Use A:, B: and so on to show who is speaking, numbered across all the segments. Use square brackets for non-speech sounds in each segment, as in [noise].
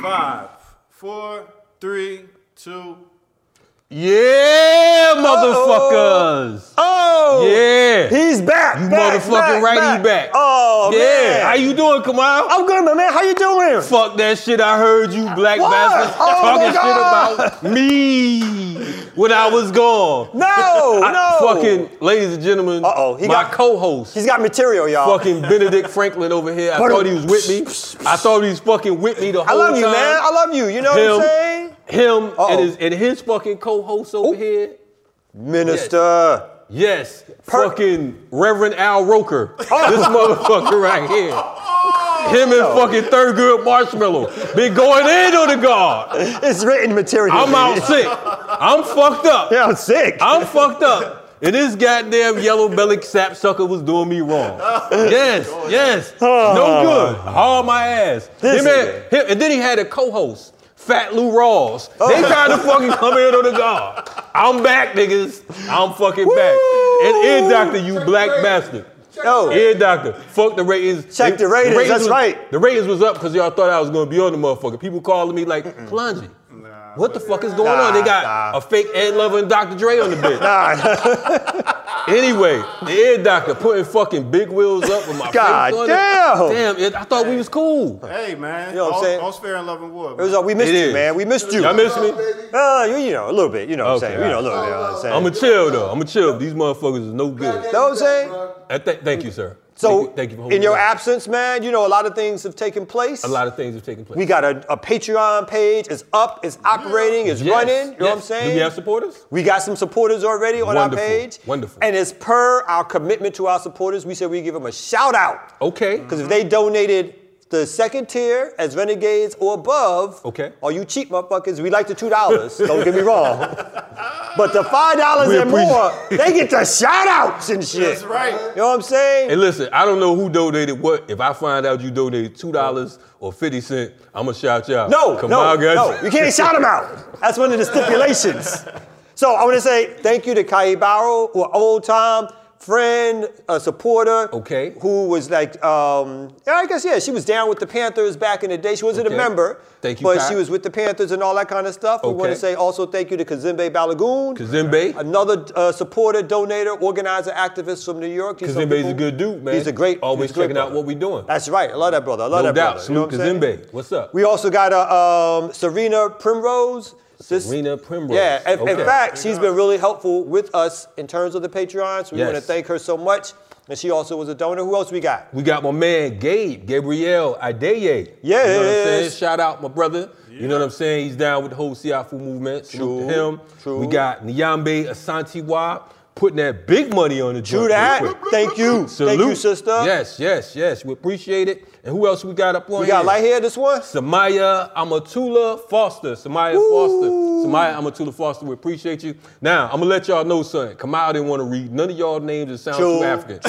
A: Five, four, three, two.
B: Yeah, motherfuckers.
C: Oh,
B: Yeah.
C: He's back.
B: You
C: back,
B: motherfucking
C: back,
B: right,
C: back.
B: he back.
C: Oh
B: yeah.
C: man, Oh.
B: How you doing, Kamal?
C: I'm good, my man. How you doing?
B: Fuck that shit I heard you black
C: What?
B: bastards
C: Oh,
B: talking
C: my God.
B: shit about me when I was gone. [laughs]
C: No,
B: I-
C: no.
B: Fucking, ladies and gentlemen,
C: Uh-oh, he
B: my
C: got-
B: co-host,
C: He's got material, y'all.
B: fucking Benedict Franklin over here. I
C: Pardon.
B: thought he was with me. I thought he was fucking with me the
C: I
B: whole
C: love you,
B: time.
C: man. I love you. You know what I'm
B: Him.
C: saying?
B: Him
C: Uh-oh.
B: and his, and his fucking co-host over here.
C: Minister.
B: Yes,
C: Per-
B: fucking Reverend Al Roker. This motherfucker right here. Him and fucking Third Good Marshmallow been going in on the guard.
C: It's written material.
B: I'm out
C: man.
B: sick. I'm fucked up.
C: [laughs] Yeah, I'm sick.
B: I'm fucked up. And this goddamn yellow bellied sapsucker was doing me wrong. Yes, yes. No good. Haul my ass.
C: Oh. This
B: Him and,
C: nigga. Oh.
B: him- and then he had a co host, Fat Lou Rawls. They tried to fucking come in on the guard. I'm back, niggas. I'm fucking back. And Ear Doctor, you black bastard.
C: Yo.
B: Ear Doctor, fuck the ratings.
C: Check the ratings, that's
B: was-
C: right.
B: The ratings was up because y'all thought I was gonna be on the motherfucker. People calling me like, Kalonji, what the fuck is going
C: Nah,
B: on? They got
C: nah.
B: a fake Ed Lover and Dr. Dre
C: [laughs]
B: on the bitch.
C: God,
B: Anyway, the ear doctor putting fucking big wheels up with my
C: God
B: face on
C: damn.
B: it. Damn, it, I thought we was cool.
A: Hey man,
C: You know what I'm
A: all,
C: saying?
A: all's fair in love and war.
C: it was like, we missed
B: It
C: you,
B: is.
C: man. We missed you.
B: Y'all miss
C: [laughs]
B: me?
C: Uh, you, you know, a little bit. You know what I'm
B: Okay,
C: saying? You know,
B: alright.
C: a little bit. You know what I'm saying?
B: I'ma chill though. I'ma chill. These motherfuckers is no
C: You
B: good.
C: know what I'm saying?
B: I th- thank you, sir.
C: So,
B: thank you, thank you for holding
C: in your
B: me back.
C: absence, man, you know, a lot of things have taken place.
B: a lot of things have taken place.
C: We got a, a Patreon page. It's up. It's operating. It's
B: Yes,
C: running. You know what I'm
B: yes.
C: saying?
B: Do we have supporters?
C: We got some supporters already on
B: Wonderful,
C: our page.
B: wonderful.
C: And as per our commitment to our supporters, we said we give them a shout out.
B: Okay.
C: Because if they donated the second tier as renegades or above,
B: Okay.
C: all you cheap motherfuckers, we like the two dollars. don't get me wrong. But the five dollars
B: We
C: and more, they get the shout outs and shit.
A: That's right.
C: You know what I'm saying?
B: And listen, I don't know who donated what. If I find out you donated two dollars or fifty cent, I'ma shout you out.
C: No,
B: Come
C: no,
B: on, guys.
C: no. You can't shout them out. That's one of the stipulations. So I want to say thank you to Kai Barrow, who are old time friend, a supporter.
B: Okay.
C: Who was like, um, yeah, I guess yeah, she was down with the Panthers back in the day. She wasn't
B: Okay.
C: a member,
B: Thank you,
C: but
B: Kai.
C: she was with the Panthers and all that kind of stuff. We want
B: Okay.
C: to say also thank you to Kazembe Balagoon,
B: Kazembe.
C: another uh, supporter, donator, organizer, activist from New York. He's from
B: Kazembe's a
C: people-
B: good dude, man.
C: He's a great.
B: Always
C: he's a great
B: checking out
C: brother.
B: what we doing.
C: That's right. I love that brother. I love
B: no
C: that
B: doubt.
C: brother. You know
B: Salute
C: what I'm saying?
B: Kazembe. What's up?
C: We also got a um, Serena Primrose. This-
B: Serena Primrose.
C: Yeah, in, in
B: Okay.
C: fact, she's been really helpful with us in terms of the Patreon, so we want to
B: Yes.
C: thank her so much. And she also was a donor. Who else we got?
B: We got my man Gabe, Gabriel Adeye. You know what I'm saying?
C: Yes.
B: Shout out my brother. You know what I'm saying? He's down with the whole Siafu movement. Salute to
C: True,
B: him.
C: true.
B: We got Nyambe Asantiwa putting that big money on the
C: Do
B: joint.
C: that.
B: real quick.
C: Thank you.
B: Salute.
C: Thank you, sister.
B: Yes, yes, yes. We appreciate it. And who else we got up on
C: We got light hair, this one?
B: Samaya Amatula Foster. Samaya
C: Woo.
B: Foster. Samaya Amatula Foster, we appreciate you. Now, I'm gonna let y'all know something. Kamau didn't want to read none of y'all names that sound
C: True,
B: too
C: [laughs]
B: African.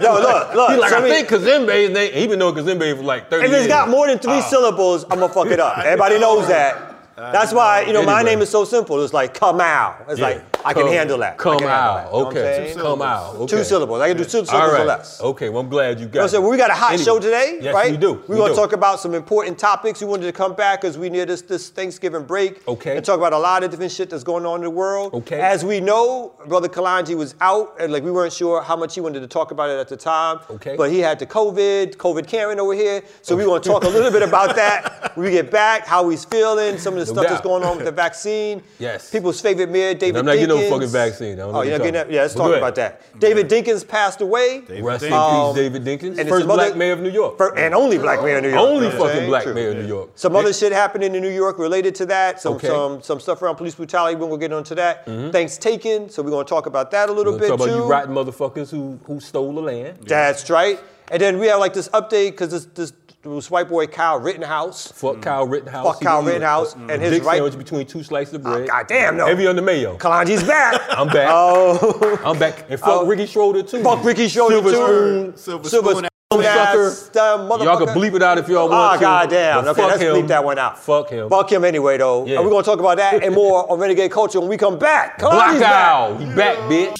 C: No, look,
B: [laughs]
C: look.
B: He like,
C: so
B: I
C: we-
B: think Kazembe's name, even though Kazembe was like 30
C: if it's
B: years.
C: got more than three
B: Ah.
C: syllables, I'm gonna fuck
B: [laughs]
C: it up. Everybody knows that. That's why, you know, my
B: Anyway.
C: name is so simple. It's like, come out. It's
B: Yeah.
C: like, I can
B: Come-
C: handle that. I can
B: Come
C: handle that.
B: out.
C: You know what I'm
B: Okay.
C: saying?
B: Come out. Okay.
C: Two syllables. I can do two syllables
B: All
C: or
B: right.
C: less.
B: Okay, well, I'm glad you got
C: You know what I'm saying?
B: it.
C: Well, we got a hot
B: Anyway.
C: show today,
B: yes,
C: right?
B: We do.
C: We're gonna
B: do.
C: talk about some important topics. We wanted to come back because we near this this Thanksgiving break.
B: Okay.
C: And talk about a lot of different shit that's going on in the world.
B: Okay.
C: As we know, Brother Kalanji was out, and like we weren't sure how much he wanted to talk about it at the time.
B: Okay.
C: But he had the COVID, COVID Karen over here. So we're gonna talk a little bit
B: [laughs]
C: about that when we get back, how he's feeling, some of the
B: No
C: stuff that's
B: doubt.
C: going on with the vaccine.
B: Yes.
C: People's favorite mayor, David
B: I'm not getting no
C: Dinkins.
B: fucking vaccine. I don't know
C: oh,
B: what
C: you're
B: you're
C: not getting
B: talking
C: that? Yeah, let's
B: about.
C: talk
B: But go
C: about that. David Dinkins passed away.
B: Rest in peace,
C: Um,
B: David Dinkins.
C: and
B: First
C: some other-
B: black mayor of New York.
C: Fir- and only black mayor in New York.
B: Only
C: you know what I'm
B: fucking
C: saying?
B: black
C: True.
B: mayor of New York.
C: Some other shit happening in New York related to that. Some
B: Okay. Mm-hmm.
C: some some stuff around police brutality. We're gonna get onto that. Thanks taken. So we're gonna talk about that a little
B: We're
C: bit
B: talking
C: too.
B: about you rotten motherfuckers who, who stole the land.
C: That's right. And then we have like this update because this this this white boy Kyle Rittenhouse.
B: Fuck Kyle Rittenhouse.
C: Fuck
B: He
C: Kyle
B: was a-
C: Rittenhouse
B: a
C: and his
B: dick
C: right-
B: Mm-hmm.
C: Oh,
B: sandwich between two slices of bread.
C: goddamn, no.
B: Heavy on the mayo.
C: Kalanji's back.
B: [laughs] I'm back.
C: Oh,
B: I'm back. And fuck
C: Oh.
B: Ricky Schroeder too.
C: fuck Ricky Schroeder
B: Silver
C: too.
B: spoon.
A: Silver
C: Silver
A: spoon.
C: spoon ass,
B: sucker.
C: damn
B: Y'all can
C: motherfucker.
B: bleep it out if y'all want
C: Ah,
B: to.
C: goddamn.
B: but
C: Okay,
B: fuck
C: let's
B: him.
C: bleep that one out.
B: Fuck him.
C: Fuck him anyway, though.
B: Yeah.
C: And we're going to talk about that and more on Renegade Culture when we come back. Come
B: Black
C: back.
B: Owl. He back, bitch.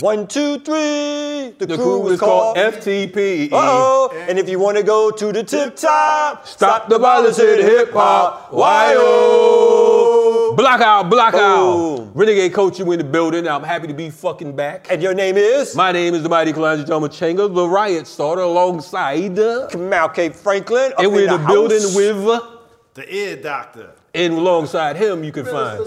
C: One, two, three. The,
B: The crew is called E. FTP.
C: Oh, and if you want to go to the tip top,
B: Stop the violence in hip hop. Why-oh. Block out, block
C: Oh.
B: out. Renegade coach, you in the building. I'm happy to be fucking back.
C: And your name is
B: My name is the Mighty Kalanja Chamachenga, the riot starter alongside. uh,
C: Mal K. Franklin. up
B: And we're in the,
C: house.
B: building with, uh,
A: The ear doctor.
B: and alongside him, you can find.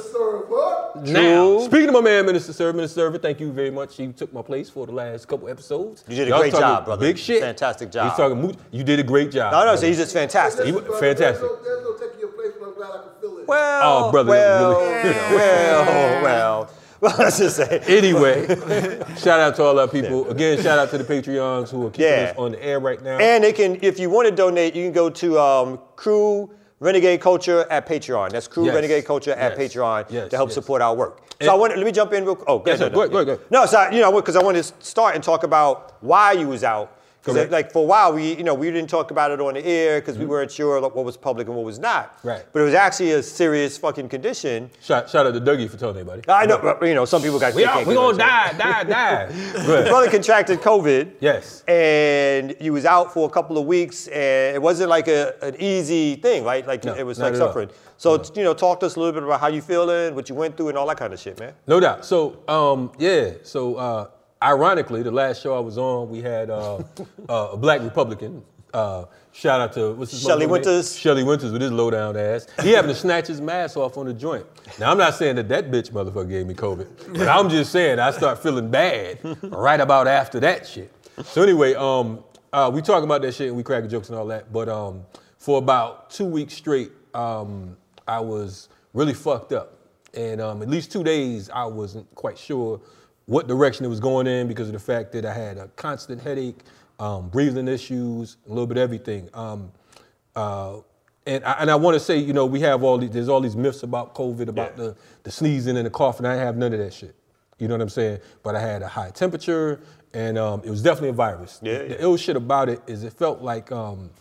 B: Now, speaking of my man, Minister Sir, Minister Server, thank you very much. You took my place for the last couple episodes.
C: You did a
B: Y'all
C: great
B: talking
C: job, brother.
B: Big shit.
C: Fantastic
B: He's
C: job.
B: talking. moot- You did a great job.
C: No, no,
B: brother.
C: so he's just fantastic.
B: He was fantastic.
D: There's no taking your place, but I'm glad I can fill it.
C: well,
B: Oh, brother,
C: well,
B: really- [laughs]
C: well, well, well. [laughs] Let's just say.
B: Anyway, [laughs] shout out to all our people. Again, shout out to the Patreons who are keeping
C: Yeah.
B: us on the air right now.
C: And it can, if you want to donate, you can go to um, Crew Renegade Culture at Patreon. That's Crew
B: Yes.
C: Renegade Culture at
B: Yes.
C: Patreon
B: Yes,
C: to help
B: yes.
C: support our work. So
B: And-
C: I want to, let me jump in real. Oh, go
B: Yes,
C: ahead,
B: sir. Go ahead,
C: no,
B: go ahead, go ahead.
C: No, so I- you know because I want to start and talk about why you was out. Because
B: Correct.
C: like for a while we, you know, we didn't talk about it on the air because we weren't sure like, what was public and what was not.
B: Mm-hmm. Right.
C: But it was actually a serious fucking condition.
B: Shout, shout out to Dougie for telling everybody.
C: I know, but, you know, some people got.
B: Mm-hmm. We
C: they
B: all,
C: can't
B: we
C: get
B: gonna
C: on it.
B: die, die, die.
C: [laughs] Your
B: But
C: brother contracted COVID.
B: yes,
C: and you was out for a couple of weeks, and it wasn't like a, an easy thing, right? Like
B: No,
C: it was
B: not
C: like
B: at all.
C: suffering. So you know, talk to us a little bit about how you feeling, what you went through, and all that kind of shit, man.
B: no doubt. So um, yeah. So uh, ironically, the last show I was on, we had uh, [laughs] uh, a black Republican. Uh, shout out to what's his
C: Shelley
B: motherfucking name?
C: Winters.
B: Shelly Winters with his low down ass. He happened to snatch his mask off on the joint. Now I'm not saying that that bitch motherfucker gave me COVID, but I'm just saying I start feeling bad right about after that shit. So anyway, um, uh, we talking about that shit and we cracking jokes and all that, but um, for about two weeks straight, um, I was really fucked up, and um, at least two days I wasn't quite sure what direction it was going in because of the fact that I had a constant headache, um, breathing issues, a little bit of everything. Um, uh, and I, and I want to say, you know, we have all these, there's all these myths about COVID, about
C: Yeah.
B: the, the sneezing and the coughing. I didn't have none of that shit. You know what I'm saying? But I had a high temperature, and um, it was definitely a virus.
C: Yeah,
B: the,
C: yeah.
B: the ill shit about it is it felt like, um,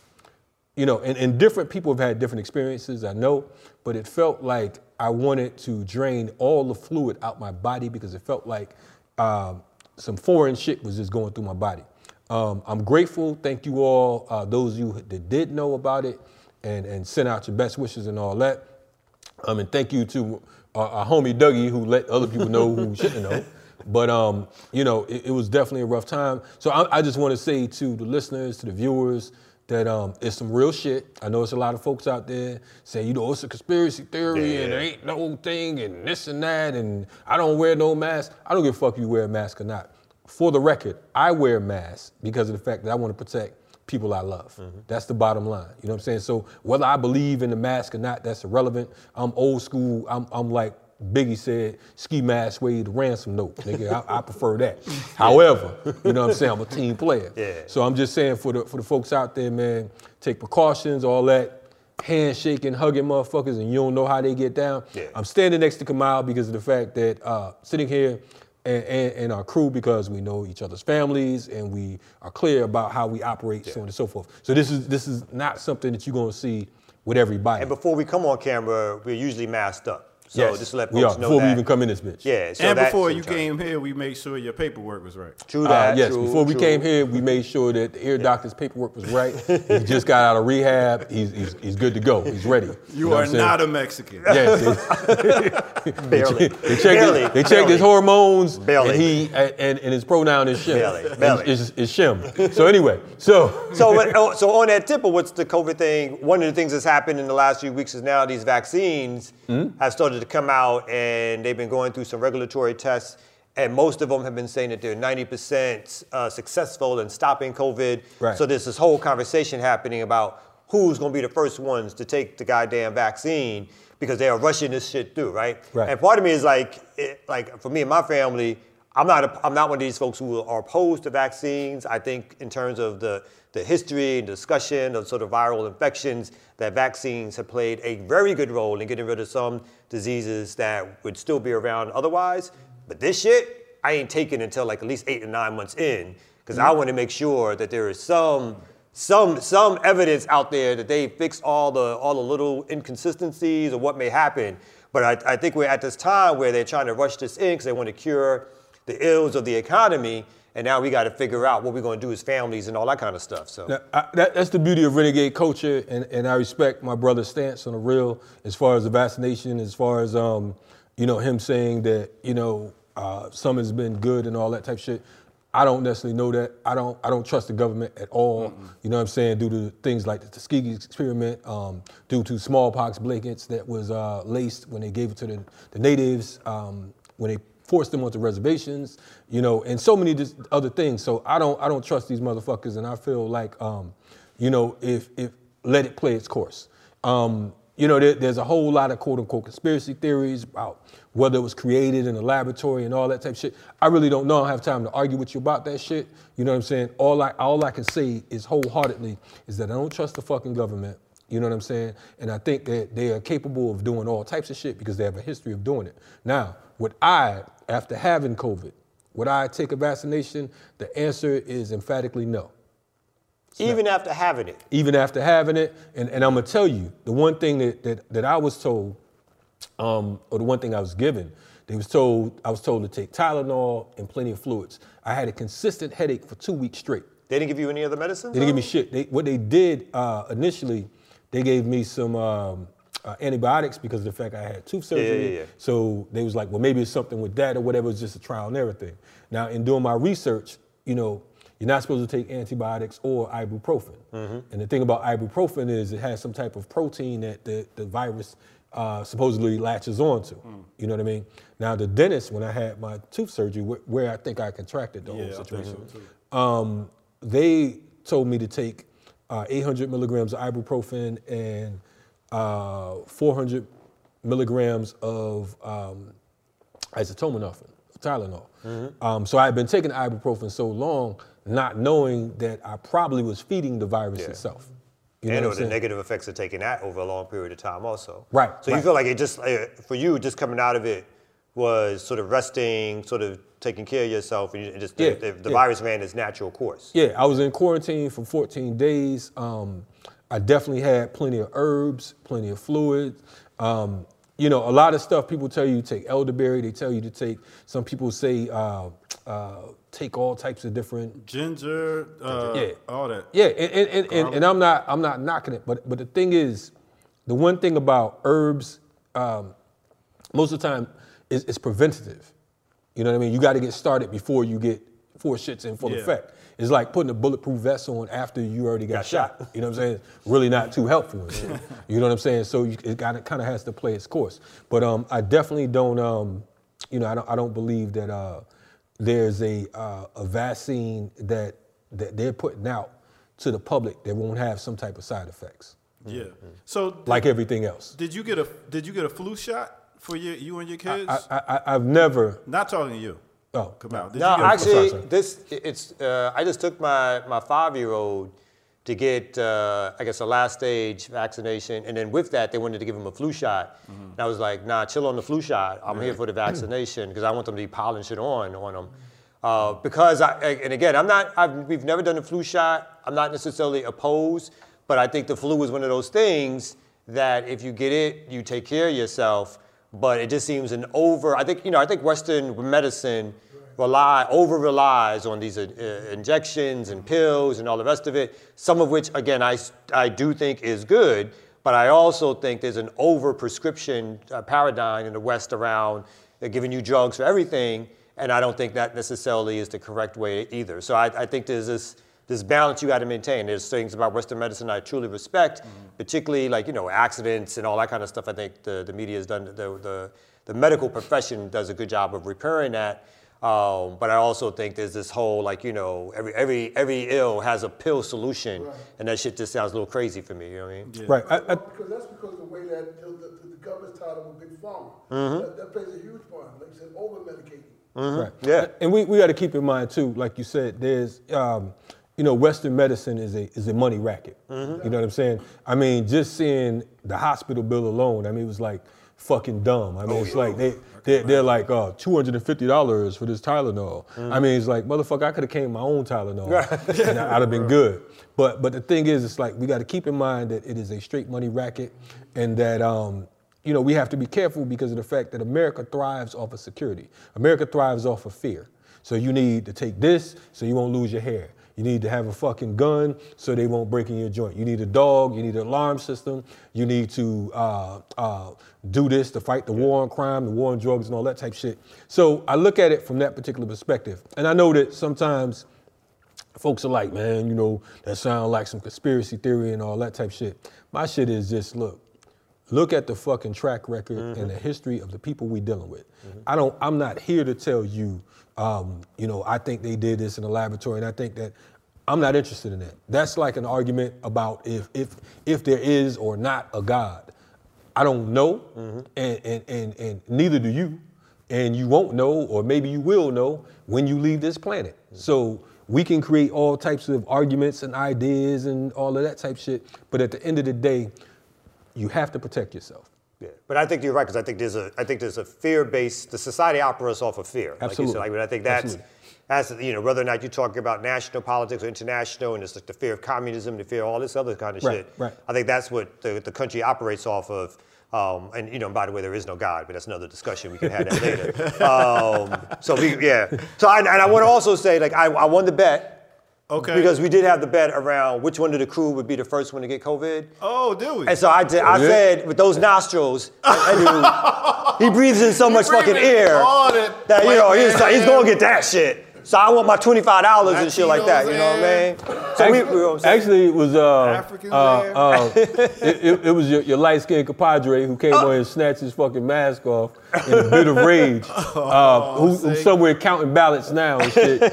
B: you know, and, and different people have had different experiences, I know, but it felt like I wanted to drain all the fluid out my body because it felt like um, some foreign shit was just going through my body. Um, I'm grateful. Thank you all, uh, those of you that did know about it and, and sent out your best wishes and all that. Um, and thank you to our, our homie Dougie who let other people know who shouldn't know. But um, you know, it, it was definitely a rough time. So I, I just want to say to the listeners, to the viewers, that um, it's some real shit. I know it's a lot of folks out there saying, you know, it's a conspiracy theory and there ain't no thing and this and that and I don't wear no mask. I don't give a fuck if you wear a mask or not. For the record, I wear a mask because of the fact that I want to protect people I love.
C: Mm-hmm.
B: That's the bottom line. You know what I'm saying? So whether I believe in the mask or not, that's irrelevant. I'm old school. I'm, I'm like Biggie said, ski mask way the ransom note. Nigga, I, I prefer
C: [laughs]
B: that. However, you know what I'm saying? I'm a team player.
C: Yeah.
B: So I'm just saying for the for the folks out there, man, take precautions, all that. Handshaking, hugging motherfuckers, and you don't know how they get down.
C: Yeah.
B: I'm standing next to Kamal because of the fact that uh, sitting here and, and, and our crew because we know each other's families and we are clear about how we operate, so on and so forth. So this is this is not something that you're gonna see with everybody.
C: And before we come on camera, we're usually masked up. So
B: Yes,
C: just to let folks
B: we are,
C: know
B: before
C: that.
B: we even come in this bitch.
C: Yeah. So
A: and
C: that-
A: before
C: so
B: some
A: you
B: time.
A: came here, we made sure your paperwork was right.
C: True
B: Uh,
C: that.
B: yes,
C: true,
B: before we
C: true.
B: came here, we made sure that the ear doctor's paperwork was
C: [laughs]
B: right. he just got out of rehab. He's, he's, he's good to go. He's ready.
A: You
B: know
A: are
B: what I'm saying?
A: not a Mexican.
B: Yes.
C: [laughs]
B: they-
C: Barely.
B: they checked,
C: Barely,
B: his, they checked his
C: barely.
B: hormones.
C: Barely.
B: And, he, and, and his pronoun is shim.
C: Barely,
B: And
C: barely.
B: Is, is shim. So anyway, so
C: So, but, oh, so on that tip of what's the COVID thing, one of the things that's happened in the last few weeks is now these vaccines have started to come out and they've been going through some regulatory tests. And most of them have been saying that they're 90% uh, successful in stopping COVID.
B: Right.
C: So there's this whole conversation happening about who's going to be the first ones to take the goddamn vaccine because they are rushing this shit through, right?
B: Right.
C: And part of me is like, it, like for me and my family, I'm not, a, I'm not one of these folks who are opposed to vaccines. I think in terms of the, the history and discussion of sort of viral infections, that vaccines have played a very good role in getting rid of some diseases that would still be around otherwise. But this shit, I ain't taking until like at least eight or nine months in, because
B: Mm-hmm.
C: I want to make sure that there is some some some evidence out there that they fix all the all the little inconsistencies or what may happen. But I, I think we're at this time where they're trying to rush this in because they want to cure the ills of the economy, and now we got to figure out what we're going to do as families and all that kind of stuff. So
B: Now, I, that, that's the beauty of renegade culture, and, and I respect my brother's stance on the real as far as the vaccination, as far as um, you know him saying that you know uh, some has been good and all that type of shit. I don't necessarily know that. I don't. I don't trust the government at all. You know what I'm saying? Due to things like the Tuskegee experiment, um, due to smallpox blankets that was uh, laced when they gave it to the, the natives, um, when they forced them onto reservations, you know, and so many just other things. So I don't I don't trust these motherfuckers, and I feel like, um, you know, if if let it play its course. Um, you know, there, there's a whole lot of quote unquote conspiracy theories about whether it was created in a laboratory and all that type of shit. I really don't know. I don't have time to argue with you about that shit. You know what I'm saying? All I all I can say is wholeheartedly is that I don't trust the fucking government. You know what I'm saying? And I think that they are capable of doing all types of shit because they have a history of doing it. Now, would I, after having COVID, would I take a vaccination? The answer is emphatically no.
C: even after having it,
B: Even after having it, and, and I'm gonna tell you, the one thing that, that, that I was told, um, or the one thing I was given, they was told I was told to take Tylenol and plenty of fluids. I had a consistent headache for two weeks straight.
C: they didn't give you any other medicine.
B: They didn't give me shit. They, what they did uh, initially, they gave me some um, uh, antibiotics because of the fact I had tooth surgery.
C: yeah, yeah.
B: So they was like, well, maybe it's something with that or whatever. It's just a trial and error thing. Now, in doing my research, you know, you're not supposed to take antibiotics or ibuprofen.
A: Mm-hmm.
B: And the thing about ibuprofen is it has some type of protein that the, the virus uh, supposedly latches onto.
A: Mm.
B: You know what I mean? Now, the dentist, when I had my tooth surgery, wh- where I think I contracted the
A: Yeah, I
B: whole
A: think
B: situation,
A: so too.
B: um, they told me to take uh, 800 milligrams of ibuprofen and uh, 400 milligrams of um, acetaminophen, Tylenol.
C: Mm-hmm.
B: Um, so I had been taking ibuprofen so long, not knowing that I probably was feeding the virus
C: Yeah.
B: itself. You
C: And
B: know
C: or
B: what
C: the
B: I'm saying?
C: negative effects of taking that over a long period of time, also.
B: Right,
C: So you
B: right.
C: feel like it just uh, for you, just coming out of it was sort of resting, sort of taking care of yourself, and you and just
B: Yeah,
C: the, the
B: yeah.
C: virus ran its natural course.
B: Yeah, I was in quarantine for 14 days. Um, I definitely had plenty of herbs, plenty of fluids. Um, you know, a lot of stuff people tell you to take elderberry. They tell you to take. Some people say uh, uh, take all types of different
A: Ginger, uh,
B: Yeah.
A: all that.
B: yeah, and and, and, and, and I'm not I'm not knocking it, but but the thing is, the one thing about herbs, um, most of the time, is it's preventative. You know what I mean? You got to get started before you get before shit's in full
A: Yeah.
B: effect. It's like putting a bulletproof vest on after you already got,
C: shot.
B: shot. You know what I'm saying? Really not too helpful. and shit. you know what I'm saying? So you, it kind of kind of has to play its course. But um, I definitely don't um, you know, I don't I don't believe that uh, there's a uh, a vaccine that that they're putting out to the public that won't have some type of side effects
A: Yeah. So
B: like everything else.
A: did you get a did you get a flu shot for your you and your kids?
B: I, I, I- I've never.
A: not talking to you.
B: Oh,
A: Come out. Did
C: No,
A: you get a-
C: actually,
B: sorry, sorry.
C: this it's. Uh, I just took my my five year old to get, uh, I guess, a last stage vaccination, and then with that, they wanted to give him a flu shot.
A: Mm-hmm.
C: And I was like, Nah, chill on the flu shot. I'm here
A: [clears throat]
C: for the vaccination because I want them to be piling shit on on them. Uh, because I, a- and again, I'm not. I've, we've never done a flu shot. I'm not necessarily opposed, but I think the flu is one of those things that if you get it, you take care of yourself. But it just seems an over. I think you know. I think Western medicine rely over relies on these uh, uh, injections and pills and all the rest of it. Some of which, again, I s- I do think is good, but I also think there's an over prescription uh, paradigm in the West around uh, giving you drugs for everything, and I don't think that necessarily is the correct way either. So I, I think there's this this balance you got to maintain. There's things about Western medicine I truly respect, particularly like you know accidents and all that kind of stuff. I think the, the media has done the, the the medical profession does a good job of repairing that. Um, but I also think there's this whole like you know every every every ill has a pill solution, and that shit just sounds a little crazy for me. You know what I mean?
B: Right. I, I,
D: Because that's because of the way that the, the, the government's tied up with big pharma.
B: Mm-hmm.
D: That, that plays a huge part. Like you said, over medicating.
B: Right.
C: Yeah.
B: And we, we got to keep in mind too, like you said, there's, um, you know, Western medicine is a is a money racket. You know what I'm saying? I mean, just seeing the hospital bill alone, I mean, it was like fucking dumb. I mean, it's like they they're, they're like uh, two hundred and fifty dollars for this Tylenol. I mean, it's like motherfucker, I could have came with my own Tylenol, [laughs] and I, I'd have been good. But but the thing is, it's like we got to keep in mind that it is a straight money racket, and that um, you know, we have to be careful because of the fact that America thrives off of security. America thrives off of fear. So you need to take this so you won't lose your hair. You need to have a fucking gun so they won't break in your joint. You need a dog. You need an alarm system. You need to uh, uh, do this to fight the war on crime, the war on drugs, and all that type shit. So I look at it from that particular perspective, and I know that sometimes folks are like, man, you know, that sound like some conspiracy theory and all that type shit. My shit is just look, look at the fucking track record and the history of the people we dealing with. I don't, I'm not here to tell you, um, you know, I think they did this in the laboratory, and I think that I'm not interested in that. That's like an argument about if if if there is or not a God. I don't know, and, and and and neither do you, and you won't know, or maybe you will know when you leave this planet. So we can create all types of arguments and ideas and all of that type shit, but at the end of the day, you have to protect yourself.
C: Yeah. But I think you're right because I think there's a I think there's a fear based. The society operates off of fear. Like you
B: Absolutely.
C: said. Like, but I think that's
B: Absolutely.
C: that's you know whether or not you're talking about national politics or international, and it's like the fear of communism, the fear of all this other kind of
B: Right,
C: shit.
B: right.
C: I think that's what the, the country operates off of. Um, and you know, by the way, there is no God, but that's another discussion we can have
B: [laughs]
C: that later. Um, so we, yeah. So I, and I want to also say, like, I, I won the bet
A: Okay.
C: because we did have the bet around which one of the crew would be the first one to get COVID.
A: oh, do we?
C: And so I did. I
B: Yeah.
C: said with those nostrils, that dude, he breathes in so much fucking
A: breathing
C: air
A: all that
C: that you
A: white
C: know he's,
A: man
C: he's
A: air.
C: gonna get that shit. So I want my twenty five dollars and shit like that. You
A: Latinos
C: know what I mean? So we, we were saying-
B: Actually, it was uh,
A: Africans
B: uh,
A: there.
B: uh, [laughs] it, it- it was your, your light skinned compadre who came on and snatched his fucking mask off in a bit of rage, uh, who, who's somewhere counting ballots now and shit.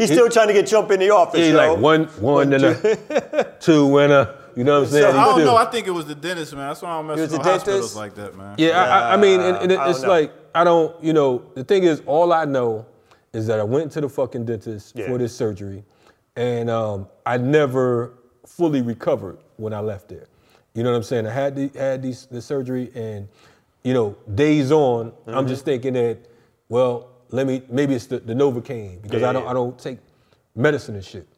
C: he's still trying to get Trump in the office.
B: He's
C: yo.
B: like one, one and a [laughs] two and a. You know what I'm saying?
A: I
B: He's
A: don't
B: still-
A: know. I think it was the dentist, man. That's why I don't mess
C: was
A: with
C: the
A: no hospitals
C: dentist?
A: like that, man.
B: Yeah, I, I, I mean, and, and
C: Uh, I don't
B: it's
C: know.
B: like I don't, you know, the thing is, all I know is that I went to the fucking dentist
C: Yeah.
B: for this surgery, and um, I never fully recovered when I left there. You know what I'm saying? I had the, had these the surgery, and you know, days on, I'm
C: Mm-hmm.
B: just thinking that, well, let me maybe it's the, the Novocaine because
C: Yeah,
B: I don't
C: yeah.
B: I don't take medicine and shit.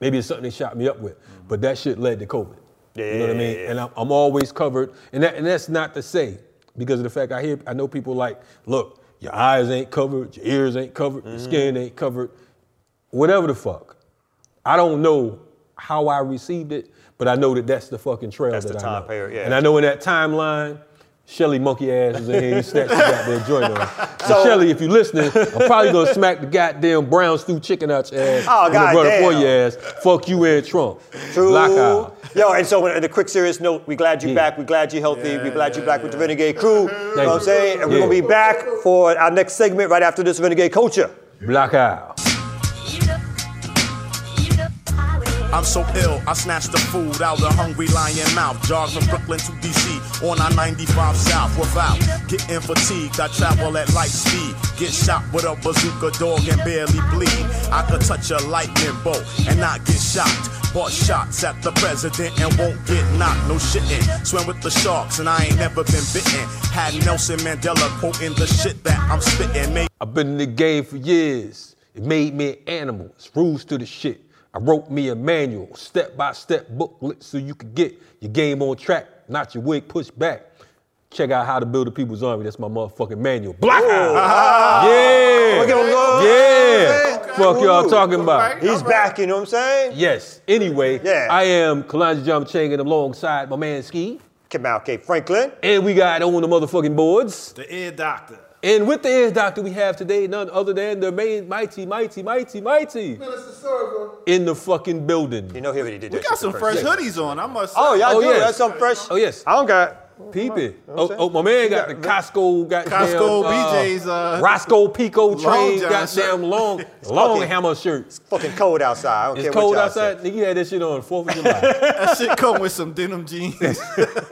B: Maybe it's something they shot me up with, but that shit led to COVID. you know what I mean?
C: Mm-hmm. Yeah.
B: And I'm, I'm always covered, and that, and that's not to say because of the fact I hear I know people like, look, your eyes ain't covered, your ears ain't covered,
C: Mm-hmm.
B: your skin ain't covered, whatever the fuck. I don't know how I received it, but I know that that's the fucking trail
C: That's the
B: that I
C: time
B: know.
C: period, yeah.
B: And I know in that timeline. Shelly monkey ass was in here. He snatched the goddamn joint on. And
C: So-
B: Shelly, if you listening, I'm probably gonna smack the goddamn brown stew chicken out your ass.
C: Oh,
B: I'm gonna run up
C: goddamn.
B: on your ass. Fuck you and Trump.
C: True.
B: Black eye.
C: Yo, and so on a quick serious note, we glad you
B: Yeah.
C: back. We glad you're healthy. we glad you back with the Renegade crew. you know what I'm
B: you.
C: saying? And we're
B: Yeah.
C: gonna be back for our next segment right after this Renegade Culture.
B: Black eye.
E: You know, you know how it is.
F: I'm so ill, I snatched the food out of hungry lion mouth. Jogged from Brooklyn to DC on I 95 South without getting fatigued. I travel at light speed, get shot with a bazooka dog and barely bleed. I could touch a lightning bolt and not get shocked. Bought shots at the president and won't get knocked. No shitting. Swim with the sharks and I ain't never been bitten. Had Nelson Mandela quoting the shit that I'm spitting. Made
B: I've been in the game for years. It made me an animal. It's rules to the shit. I wrote me a manual, step by step booklet, so you could get your game on track, not your wig pushed back. Check out how to build a people's army. That's my motherfucking manual. Black eye.
C: Ah.
B: Yeah.
C: Look at him go.
B: Yeah. Fuck y'all talking about.
C: He's back, you know what I'm saying?
B: Yes. Anyway,
C: Yeah.
B: I am Kalanja Jump Chang and alongside my man Ski.
C: Kamal K. Franklin.
B: And we got on the motherfucking boards.
A: The ear doctor.
B: And with the ears doctor we have today, none other than the main mighty, mighty, mighty, mighty
D: Minister Server.
B: in the fucking building.
C: You know he already did
A: We
C: that.
A: got
C: shit
A: some
C: the
A: fresh
C: day.
A: hoodies on. I must. say.
C: Oh, y'all
B: Oh,
C: do.
B: yes.
C: That's some fresh.
B: Oh yes,
C: I don't got.
B: peep it.
C: know
B: Oh,
C: what I'm
B: oh, my man got the Costco, got
A: Costco, BJ's, uh,
B: Roscoe Pico train,
A: John shirt.
B: goddamn long, long
C: fucking-
B: hammer shirt.
C: Fucking cold outside. I don't
B: It's
C: care
B: cold
C: what y'all
B: outside.
C: Say.
B: Nigga you had that shit on Fourth of July.
A: That shit come with some denim
B: [laughs]
A: jeans. [laughs]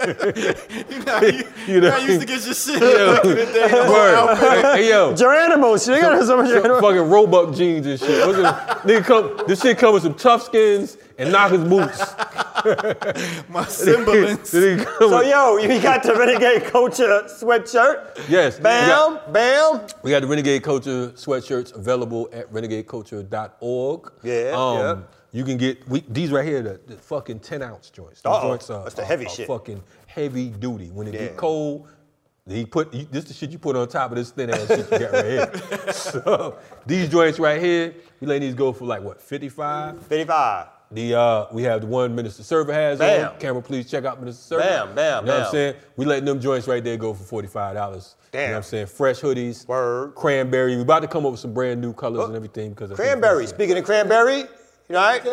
A: you know, you,
B: You know-
A: I used to get your shit back in the day. the whole outfit.
B: Word. Hey yo,
C: Geronimo, shit. They got some
B: some
C: Geronimo.
B: fucking Roebuck jeans and shit. What's it- nigga come, this shit come with some tough skins and knockers boots.
A: My semblance.
B: [laughs] Nigga come
C: So
B: with-
C: yo, you got the Renegade Culture sweatshirt.
B: Yes.
C: Bam, bam.
B: We got the Renegade Culture sweatshirts available at renegadeculture.org.
C: Yeah, yeah.
B: Um, You can get we, these right here, the, the fucking 10 ounce joints. These
C: Uh-oh.
B: joints are,
C: That's the
B: are-
C: heavy
B: are
C: shit.
B: fucking heavy duty. When it
C: Yeah.
B: get cold, He put you- this the shit you put on top of this thin ass shit you got right here. [laughs] So these joints right here, we let these go for like what, 55?
C: 55.
B: The uh, we have the one Minister Server has
C: Bam.
B: on. Camera, please check out Minister Server. You
C: Bam, bam,
B: know what
C: bam.
B: I'm saying? We letting them joints right there go for forty five dollars. You know
C: Damn.
B: what I'm saying? Fresh hoodies,
C: Word.
B: cranberry. We about to come up with some brand new colors and everything because I think
C: Cranberry.
B: that's it.
C: Speaking of cranberry, you know, right?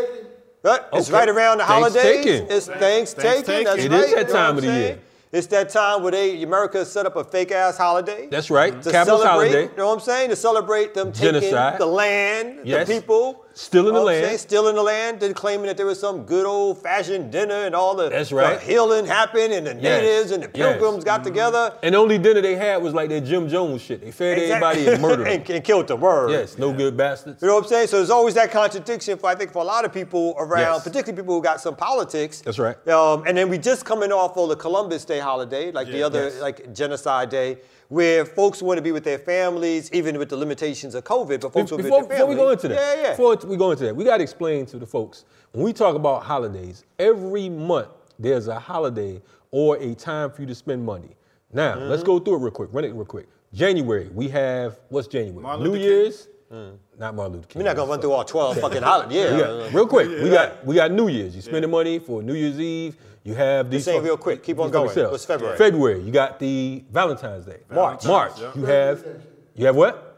C: Right? It's
B: Okay.
C: right around the
B: Thanks
C: holidays.
B: taking.
C: It's Thanksgiving.
A: taking.
C: That's
B: It
C: right.
B: is that
C: You know
B: time
C: what
B: of the
C: I'm
B: year.
C: saying? It's that time where they America set up a fake ass holiday.
B: That's right.
C: To
B: Capital's
C: celebrate,
B: holiday.
C: you know what I'm saying? To celebrate them taking
B: Genocide.
C: the land,
B: Yes.
C: the people.
B: Still in the
C: Know what I'm
B: land.
C: saying? Still in the land, then claiming that there was some good old fashioned dinner and all the,
B: That's right.
C: the healing happened and the
B: Yes.
C: natives and the
B: Yes. Mm-hmm.
C: pilgrims got together.
B: And the only dinner they had was like that Jim Jones shit. They fed everybody and murdered
C: [laughs]
B: them.
C: and, and killed the word.
B: Yes, no good bastards.
C: You know what I'm saying? So there's always that contradiction for I think for a lot of people around,
B: Yes.
C: particularly people who got some politics.
B: That's right.
C: Um, and then we just coming off of the Columbus Day holiday, like the
A: Yeah.
C: other
B: Yes.
C: like genocide day, where folks want to be with their families, even with the limitations of COVID. But folks
B: Be-
C: will be
B: before,
C: with their family.
B: before we go into that,
C: yeah, yeah.
B: before we go into that, we got to explain to the folks when we talk about holidays. Every month there's a holiday or a time for you to spend money. Now let's
C: Mm-hmm.
B: go through it real quick. Run it real quick. January we have what's January?
A: Martin
B: New
A: Luther King.
B: Year's. Not Martin Luther King.
C: Mm. We're not gonna run through all 12 fucking holidays. Yeah.
B: We got- real quick, we got we got New Year's. You spending money for New Year's Eve. You have these.
C: saying
B: fucking-
C: real quick, keep on
B: these fucking
C: going.
B: sales.
C: What's February?
B: February. You got the Valentine's Day.
A: Valentine's,
B: March.
A: yeah.
B: You have. You have what?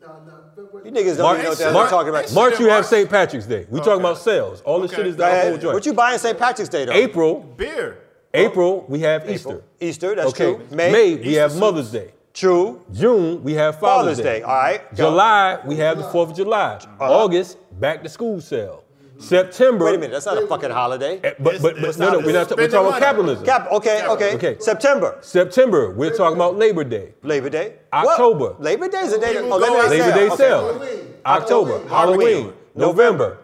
D: Nah, nah, February.
C: You niggas don't
B: March,
C: even know what the hell
B: March-
C: they're talking about.
B: March, you have
A: March.
B: St. Patrick's Day. We talking about sales. All this
A: Okay.
B: shit is the
A: Go
B: alcohol
C: March,
B: joint.
C: what you buying St. Patrick's Day though?
B: April,
A: Beer.
B: April, we have Easter.
C: Easter, that's
B: okay.
C: true.
B: May,
C: May,
B: we have Mother's Day.
C: true.
B: June, we have Father's,
C: Father's Day, all right. Go. Uh-huh.
B: July, we have the 4th of July. August, back to school sale. September.
C: Wait a minute, that's not a fucking holiday.
B: eh, But, but, but
A: It's-
B: no, no,
A: it's
B: we're not we're
A: spending
B: talking about
A: money.
B: capitalism.
C: Cap, okay, okay,
B: Okay.
C: September.
B: September, we're talking about Labor Day.
C: Labor Day.
B: October.
C: What? Labor Day is a day.
A: People
C: Oh,
A: go
C: Labor
A: out-
C: Day,
B: Labor Day
C: sale.
B: sale.
C: Okay.
D: Halloween.
B: October,
D: Halloween.
B: Halloween.
C: Halloween.
B: November,